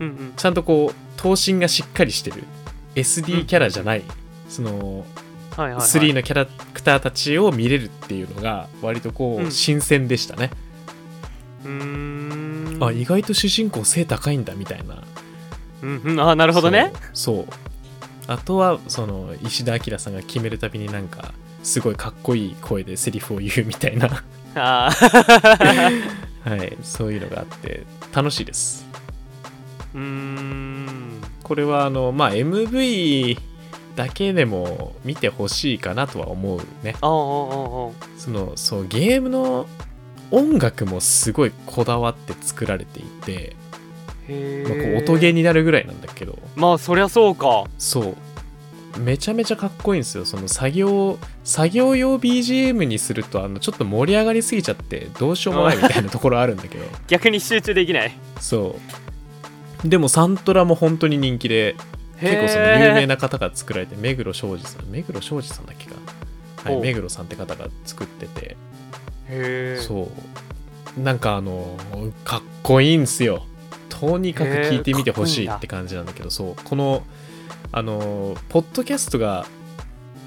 うんうん
ちゃんとこう等身がしっかりしてる SD キャラじゃない、その
はいはいはい
3のキャラクターたちを見れるっていうのが割とこ
うん
う新鮮でしたね、
うーん
あ意外と主人公背高いんだみたいなな
うんうんあーなるほどね
そうそうあとはその石田明さんが決めるたびになんかすごいかっこいい声でセリフを言うみたい な、
あー
はい、そういうのがあって楽しいです
うーん
これはあのまあ MV だけでも見てほしいかなとは思うね
あーあーあー
そのそうゲームの音楽もすごいこだわって作られていて、
あー
まあこ
へ
う
え
音ゲーになるぐらいなんだけど
まあそりゃそうか
そうめちゃめちゃかっこいいんですよその作業作業用 BGM にするとあのちょっと盛り上がりすぎちゃってどうしようもないみたいなところあるんだけど
逆に集中できない
そうでもサントラも本当に人気で結構その有名な
な
方が作られて目黒庄司さん目黒庄司さんだっけか、はい、
おう
目黒さんって方が作ってて
へえ
そうなんかあのかっこいいんすよとにかく聞いてみてほしい
へーかっこいいんだ
って感じなんだけどそうこのあのポッドキャストが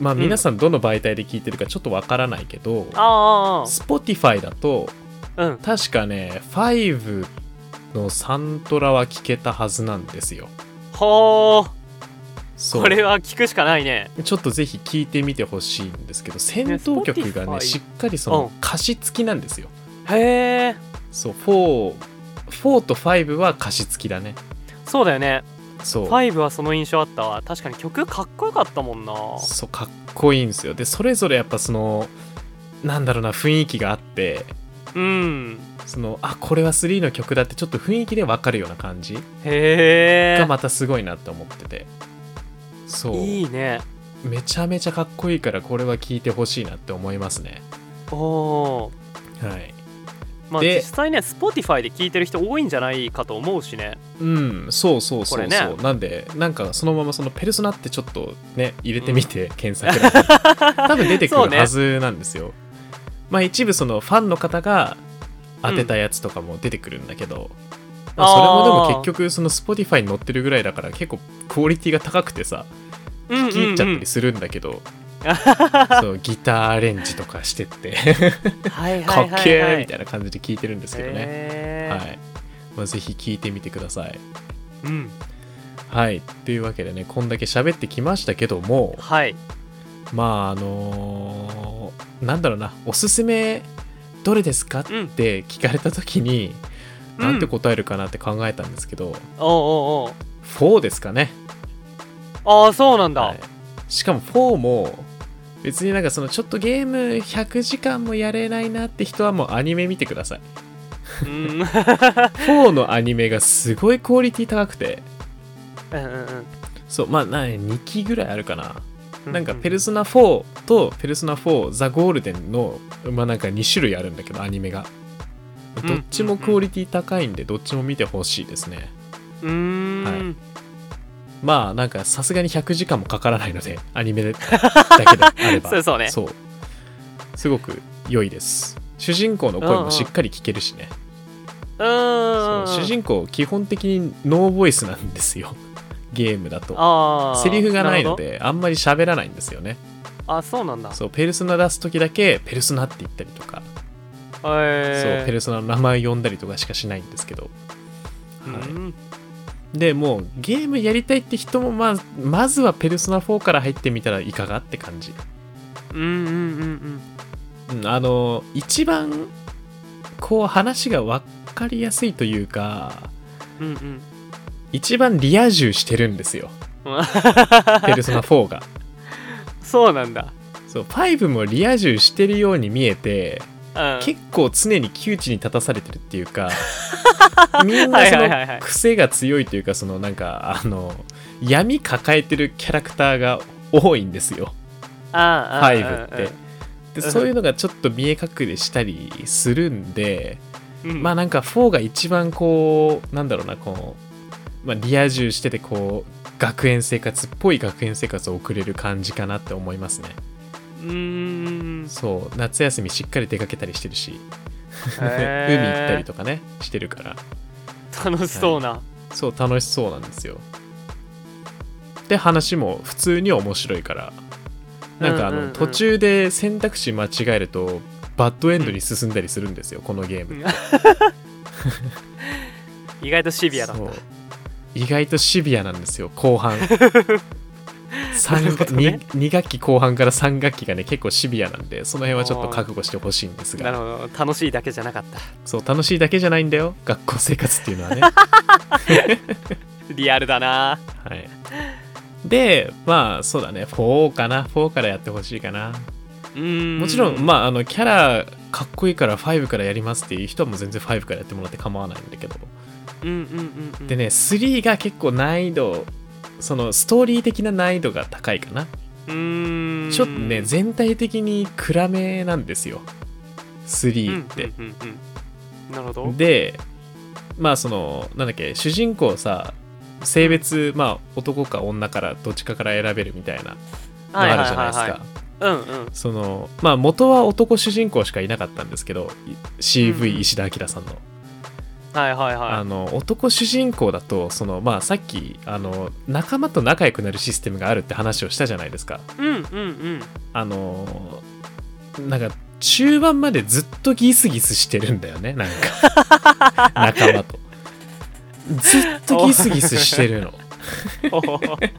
まあ
うん
皆さんどの媒体で聞いてるかちょっとわからないけど、
あー
Spotify だと
あーうん
確かね5のサントラは聞けたはずなんですよ
ほー
そう
これは聞くしかないね
ちょっとぜひ聞いてみてほしいんですけど戦闘曲がね
Spotify
しっかりそうの
ん
歌詞付きなんですよ、
へえ
そう4 4と5は歌詞付きだね
そうだよね
そう
5はその印象あったわ確かに曲かっこよかったもんな
そうかっこいいんですよでそれぞれやっぱそのなんだろうな雰囲気があって
うん
そのあこれは3の曲だってちょっと雰囲気でわかるような感じ
へ
が
え
またすごいなって思っててそう
いいね
めちゃめちゃかっこいいからこれは聴いてほしいなって思いますね
おお
はい
ーまあ
で
実際ね Spotify で聞いてる人多いんじゃないかと思うしね
うんそうそうそうそう、
これね
なんでなんかそのままそのペルソナってちょっとね入れてみて、検索欄 に多分出てく
そう
る
ね
はずなんですよ、まあ一部そのファンの方が当てたやつとかも出てくるんだけど、まあそれもでも
あー
結局その Spotify に載ってるぐらいだから結構クオリティが高くてさ
聞
聞き入っちゃったりするんだけど、 そうギターアレンジとかしてって
はいは
か
い
っ
はい
け
は
ー
い
みたいな感じで聞いてるんですけどね、
へー
はい、まあ、ぜひ聞いてみてください
うん
はい。というわけでね、こんだけ喋ってきましたけども、
はい
まあ、あのーなんだろうな、おすすめどれですかっ
うん
て聞かれた時に、
うん
なんて答えるかなって考えたんですけど、
おうおう
4ですかね。
おうああそうなんだ、
はいしかも4も、別になんかそのちょっとゲーム100時間もやれないなって人はもうアニメ見てくだ さい。
うんうん
4のアニメがすごいクオリティ高くて、
うんうん
そうまあな2期ぐらいあるかな
う
なんか「ペルソナ4」と「ペルソナ4ザ・ゴールデンの」まあなんか2種類あるんだけどアニメが
うん
どっちもクオリティ高いんでどっちも見てほしいですね
うーん、
はいまあなんかさすがに100時間もかからないのでアニメでだけであれば
そうそうね
そうすごく良いです主人公の声もしっかり聞けるしね
うーん
そう主人公基本的にノーボイスなんですよ ゲームだと
あー
セリフがないの
る
であんまり喋らないんですよね
ほどあそうなんだ
そうペルソナ出す時だけペルソナって言ったりとか
へー
そうペルソナの名前呼んだりとかしかしないんですけど、はい
うん
でもうゲームやりたいって人もまあまずはペルソナ4から入ってみたらいかがって感じ、
うんうんう
う
ん
ん、あの一番こう話が分かりやすいというか
うんうんうん
一番リア充してるんですよペルソナ4が
そうなんだ、
そう5もリア充してるように見えて
うん、
結構常に窮地に立たされてるっていう かみんなそ
はいはいはいは
の
い
癖が強いというかそのなんかあの闇抱えてるキャラクターが多いんですよ
あーあ
5
ー
って。で
うん
そういうのがちょっと見え隠れしたりするんで、
うんうん
まあなんか4が一番こうなんだろうなこう、まあ、リア充しててこう学園生活っぽい学園生活を送れる感じかなって思いますね
うーん
そう夏休みしっかり出かけたりしてるし、
へー
海行ったりとかねしてるから
楽しそうな、
そう楽しそうなんですよで話も普通に面白いからなんかあの、
うんうんうん
途中で選択肢間違えるとバッドエンドに進んだりするんですよ、このゲーム
意外とシビアだ
そう意外とシビアなんですよ後 半三
なるほどね
2, 学期後半から3学期がね結構シビアなんでその辺はちょっと覚悟してほしいんです
な
が
るほど楽しいだけじゃなかった
そう楽しいだけじゃないんだよ学校生活っていうの はね
リアルだな
はい。で、まあ、そうだね、4かな、4からやってほしいかな。
うーん
もちろん、まあ、あの、キャラかっこいいから5からやりますっていう人はもう全然5からやってもらって構わないんだけど。
うんうんうんうん
でね、3が結構難易度、そのストーリー的な難易度が高いかな。
うーん
ちょっとね、全体的に暗めなんですよ。3って。
うんうんうんうんなるほど
でまあそのなんだっけ主人公さ性別まあ男か女からどっちかから選べるみたいなの
はいはい
あ
はいはい
るじゃないですか
うんうん
そのまあ元は男主人公しかいなかったんですけどい
うん
CV 石田明さんの,、
はいはい
あ
は
の男主人公だとそのまあさっきあの仲間と仲良くなるシステムがあるって話をしたじゃないですか
いうんうん うん
あのなんか中盤までずっとギスギスしてるんだよねなん か仲間とずっとギスギスしてるの
おー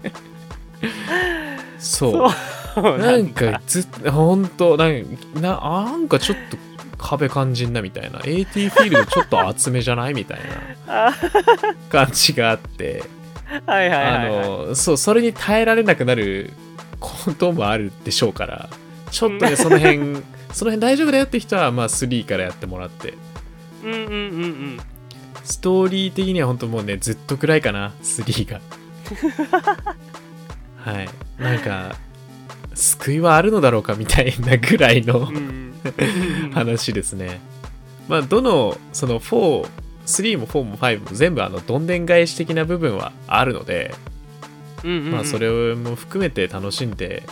そう
そう
な
なんん
かずっとほんとなんかななんかちょっと壁感じんなみたいな AT フィールドちょっと厚めじゃないみたい
あ
な感じがあって
はいはいは
あ
いはい
のそうそれに耐えられなくなることもあるでしょうからちょっとねその辺その辺大丈夫だよって人はまあ3からやってもらって
うんうんうんうん
ストーリー的には本当もうねずっと暗いかな3がはいなんか救いはあるのだろうかみたいなぐらいの
うん
話ですねまあどのその43も4も5も全部あのどんでん返し的な部分はあるので
うん
まあ、そ
を
れも含めて楽しんで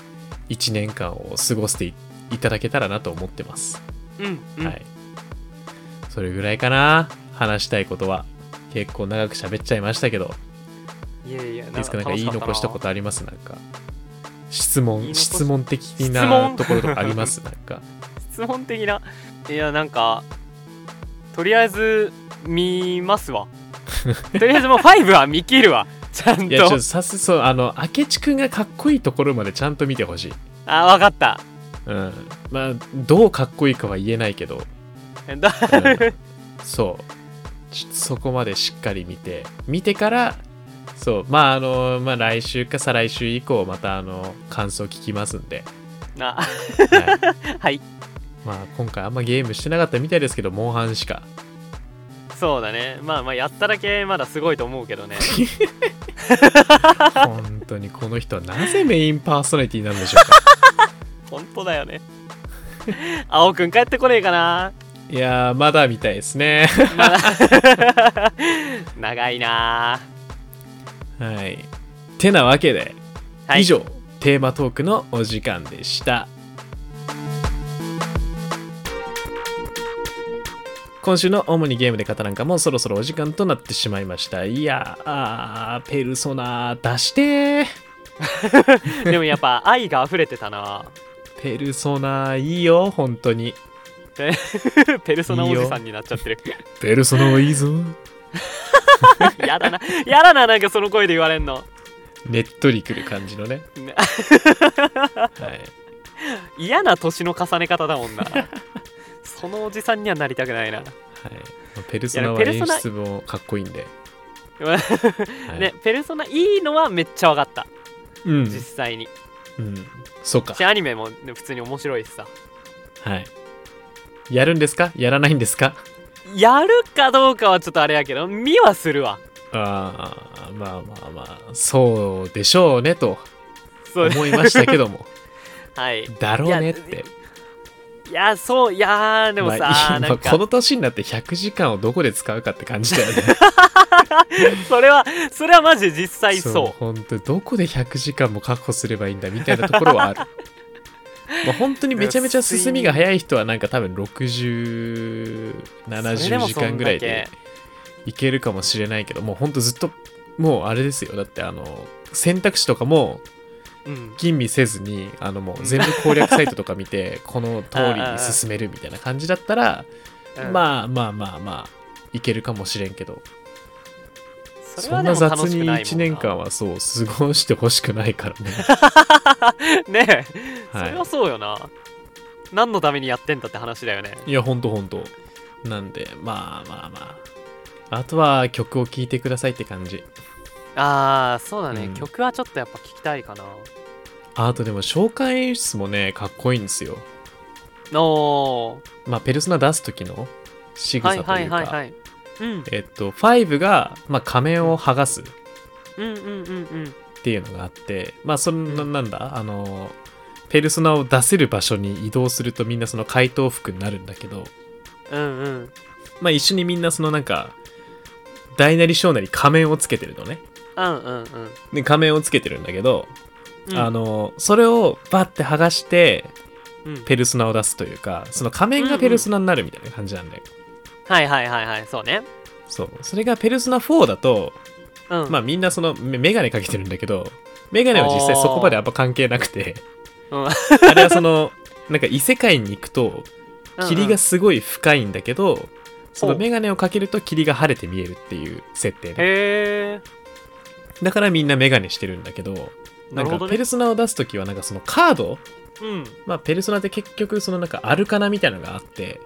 1年間を過ごしていいただけたらなと思ってます、
うんうん
はいそれぐらいかな話したいことは結構長く喋っちゃいましたけど
いやいや
いつかなんか言い残したこと
あ
ありますなんか質
言い
問
残し
質問的
質
な
問
ところとかありますなん か
質問的ないやなんかとりあえず見ま すわとりあえずもう5は見切るわちゃん
いやちょっと
と
さすそうあの明智くんがかっこいいところまでちゃんと見てほしい
あわかった
うんまあどうかっこいいかは言えないけど
えだ
うんそうちょっとそこまでしっかり見て見てからそうまああのまあ来週か再来週以降またあの感想聞きますん で、
な
はい、
はい
まあ今回あんまゲームしてなかったみたいですけどモンハンしか
そうだねまあまあやっただけまだすごいと思うけどね
本当にこの人はなぜメインパーソナリティなんでしょうか
本当だよね青くん帰ってこねえかない
やーまだみたいですね
まだ長いな
はいてなわけで、
はい
以上テーマトークのお時間でした今週の主にゲームで語らんかもそろそろお時間となってしまいましたいやーあーペルソナ出してー
でもやっぱ愛が溢れてたな
ペルソナいいよ本当に
ペルソナおじさんになっちゃ ってる
ペルソナはいいぞ
やだなやだななんかその声で言われんの
ねっとりくる感じ のね
ね
はい
嫌な年の重ね方だもんなそのおじさんにはなりたくないな、
はい、ペルソナはい
やペ
演
ルソナ
出もかっこいいんで、はい
ねペルソナいいのはめっちゃ分かった
うん、
実際に
うん、そうか
しアニメもね普通に面白いしさ
はいやるんですかやらないんですか
やるかどうかはちょっとあれやけど見はするわ
ああまあまあまあそうでしょうねと
そう
思いましたけども
はい
だろうねって
いやそういやーでもさ、
まあいい
な
まあ
んか
この年になって100時間をどこで使うかって感じだよね
それはそれはマジで実際そう
本当にどこで100時間も確保すればいいんだみたいなところ はあるまあ本当にめちゃめちゃ進みが早い人はなんか多分6070時
それでもそんだけ
間ぐらいでいけるかもしれないけどもう本当ずっともうあれですよだってあの選択肢とかも
うん
吟味せずにあのもう全部攻略サイトとか見 てこの通りに進めるみたいな感じだったら
うん
まあまあまあまあいけるかもしれんけど
それ
そ
は
ん
で
な
も
雑
楽しく
に
ないもんな
1年間はそう過ごしてほしくないからね
ねえ、
はい
それはそうよな何のためにやってんだって話だよね
いやほんとほんとなんでまあまあまああとは曲を聴いてくださいって感じ
ああそうだね、
うん
曲はちょっとやっぱ聞きたいかな
あとでも召喚演出もねかっこいいんですよ
お
まあペルソナ出す時の仕
ーは
草と
い
いうか、
はいはいはいうん
えっと5が、まあ、仮面を剥がすっ
うんうんうんうん
ていうのがあってまあそんななんだあのペルソナを出せる場所に移動するとみんなその怪盗服になるんだけど
うんうん
まあ一緒にみんなそのなんか大なり小なり仮面をつけてるのね
うんうんうん
で仮面をつけてるんだけど、
うん
あのそれをバッて剥がして
うん
ペルソナを出すというかその仮面がペルソナになるみたいな感じなんだよ、
はいはいはいはいそうね
そうそれがペルソナ4だと
うん
まあみんなそのメメガネかけてるんだけどメガネは実際そこまであんま関係なくて
うん
あれはそのなんか異世界に行くと
うんうん
霧がすごい深いんだけど、そのメガネをかけると霧が晴れて見えるっていう設定ね
へえ
だからみんなメガネしてるんだけどな
なんるほ
か
どね
ペルソナを出す時はなんかそのカード
うん
まあペルソナって結局そのなんかアルカナみたいなのがあって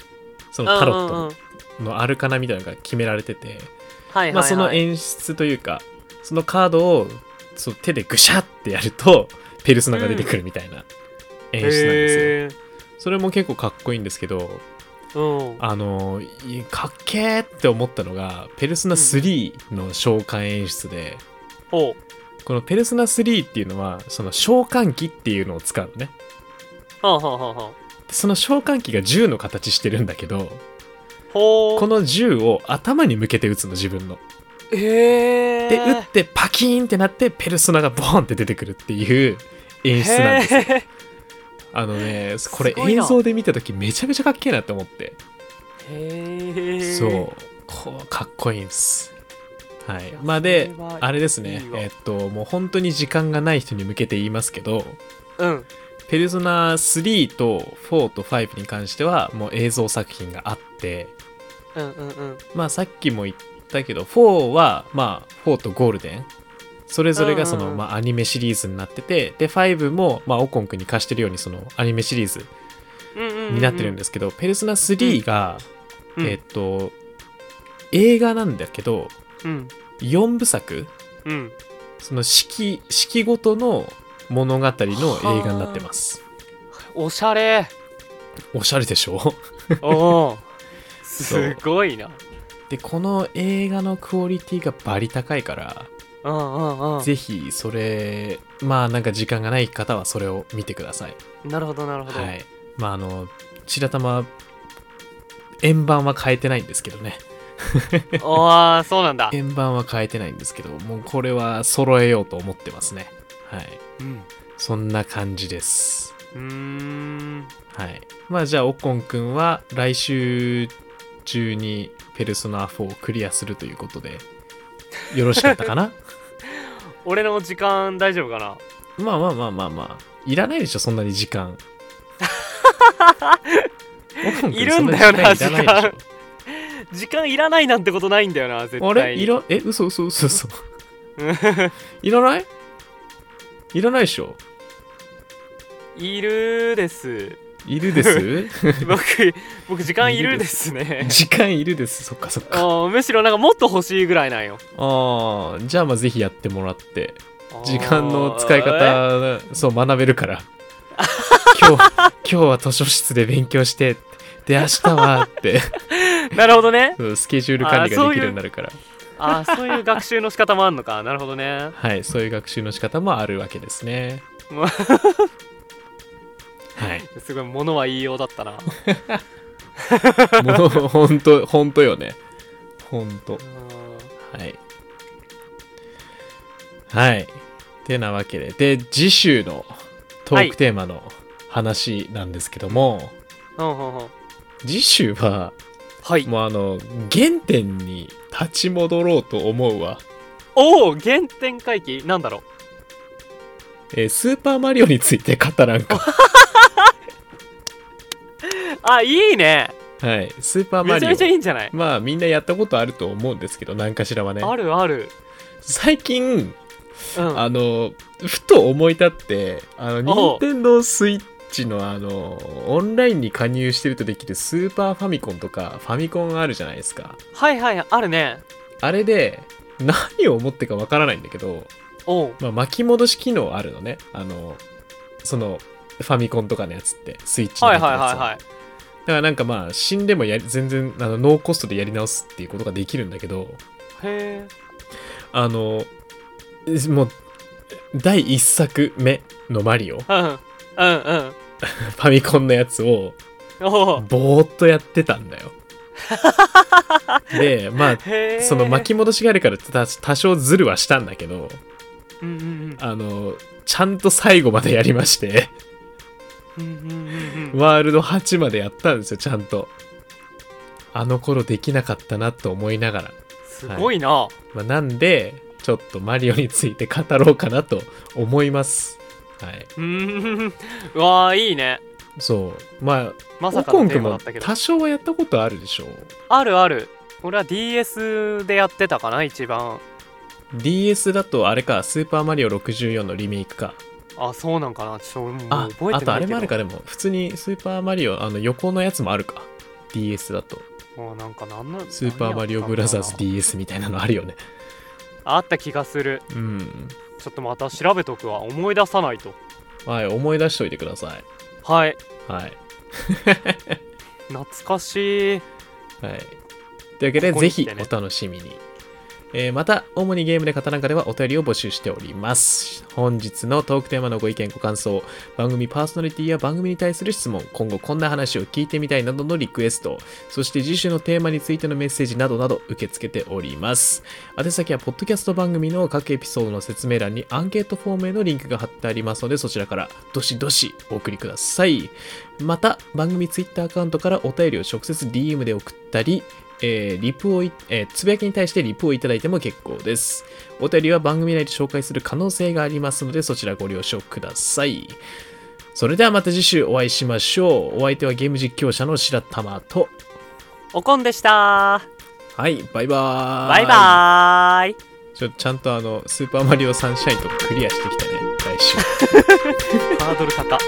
そのタロ
うんうんうん
ットのアルカナみたいなのが決められてて、
はいはいはい
まあ、その演出というかそのカードをそう手でぐしゃってやるとペルソナが出てくるみたいな演出なんですよ、
へ
それも結構かっこいいんですけど
ーうん
あのいかっけーって思ったのがペルソナ3の召喚演出で、
ほう
このペルソナ3っていうのはその召喚機っていうのを使うのね
ほうほうほうほう
でその召喚機が銃の形してるんだけど
ほう
この銃を頭に向けて撃つの自分の
へえ
で撃ってパキーンってなってペルソナがボーンって出てくるっていう演出なんですよ
へ
あのねこれ
すごい
映
な
像で見た時めちゃめちゃかっけえなって思って
え
そうこうかっこいいんですはい
いや
まあで
それは
あれですね
いいわ
えっともう本当に時間がない人に向けて言いますけど
うん
ペルソナ3と4と5に関してはもう映像作品があって
うんうんうん
まあさっきも言ったけど4はまあ4とゴールデンそれぞれがその、
うんうんうん
まあ、アニメシリーズになっててで5も、まあ、オコン君に貸してるようにそのアニメシリーズ
うんうんうん
になってるんですけど、ペルソナ3が、
うん
えっと映画なんだけど
うん
4部作
うん
その四季四季ごとの物語の映画になってます
おしゃれ
おしゃれでしょ
おお
そう
すごいな
でこの映画のクオリティがバリ高いから
うんうんうん
ぜひそれまあなんか時間がない方はそれを見てください
なるほどなるほど、
はいまああの白玉円盤は変えてないんですけどね
ああそうなんだ、
円盤は変えてないんですけどもうこれは揃えようと思ってますねはい
うん、
そんな感じです
うーん
はいまあじゃあおこんくんは来週中にペルソナ4をクリアするということでよろしかった かな
俺の時間大丈夫かな
まあまあまあまあまあいらないでしょそんなに時間おこく
いるんだよな
そん時間いらないでしょ
時間いらないなんてことないんだよな絶対に
あれいらえ嘘嘘嘘 嘘いらないいらないでしょ
いるです
いるです
僕僕時間い
いる
る
で
ですね
時間いるですそっかそっか
あーむしろなんかもっと欲しいぐらいなんよ
ああじゃあまあぜひやってもらって時間の使い方そう学べるから今日 今日は図書室で勉強してで明日はって
えなるほどね
そうスケジュール管理
あー
が
そう
で
い
き
う
るようになるから
あーそういう学習の仕方もあんのかなるほどね
はいそういう学習の仕方もあるわけですね
うわ
はい
すごい物は言いよう だったな
もうほんとほんとよねほんとはいはいてなわけでで次週のトークテーマの話なんですけども、
うんうんうんうん
次週は
はい
もうあの原点に立ち戻ろうと思うわ、
おお原点回帰なんだろ
えースーパーマリオについて語らんか
うあいいね
はいスーパーマ
めち
リ
ゃめちゃい
オ
いんじゃない
まあみんなやったことあると思うんですけど何かしらはね
あるある
最近
うん
あのふと思い立ってあの
お
任
う
天堂スイッチのあのオンラインに加入してるとできるスーパーファミコンとかファミコンあるじゃないですか
はいはいあるね
あれで何を思ってかわからないんだけど
おう
まあ、巻き戻し機能あるのねあのそのファミコンとかのやつってスイッチの
は
や
い
つは
はいはいはい
だからなんかまあ死んでもやり全然あのノーコストでやり直すっていうことができるんだけど
へえ
あのもう第1作目のマリオフ
うんうんうん
ァミコンのやつを
おお
ぼーっとやってたんだよでまあ
へえ
その巻き戻しがあるからた多少ズルはしたんだけど
うんうんうん
あのちゃんと最後までやりまして
うんうんうんうん
ワールド8までやったんですよ、ちゃんと。あの頃できなかったなと思いながら。
すごいな
まあ、なんで、ちょっとマリオについて語ろうかなと思います。はい。
うーんうわーいいね
そう。まあ、
ま
オ
さかの
コン
テー
君
マだ
も
ったけど
多少はやったことあるでしょ
あるある俺は DS でやってたかな一番
DS だとあれか、スーパーマリオ64のリメイクか。
あそうなんかなちょっとも
あ
う覚えてないけど、
あとあれもあるか、でも、普通にスーパーマリオ、あの横のやつもあるか。DS だと。
もうなんかなんなん
スーパーマリオブラザーズ DS みたいなのあるよね。
あった気がする
うん。
ちょっとまた調べとくわ思い出さないと
はい、思い出しておいてください。
はい
はい。
懐かしい
はい。というわけで、
ここ
ぜ
に来て
ひ
ね
お楽しみに。えーまた、主にゲームで語らんかではお便りを募集しております。本日のトークテーマのご意見、ご感想、番組パーソナリティや番組に対する質問、今後こんな話を聞いてみたいなどのリクエスト、そして次週のテーマについてのメッセージなどなど受け付けております。宛先は、ポッドキャスト番組の各エピソードの説明欄にアンケートフォームへのリンクが貼ってありますので、そちらからどしどしお送りください。また、番組ツイッターアカウントからお便りを直接 DM で送ったり、えーリプをい、えーつぶやきに対してリプをいただいても結構です。お便りは番組内で紹介する可能性がありますので、そちらご了承ください。それではまた次週お会いしましょう。お相手はゲーム実況者の白玉と。
おこんでした
はい、バイバーイ。
バイバーイ
ちょちゃんとあの、スーパーマリオサンシャインとかクリアしてきたね、来週。
ハードル高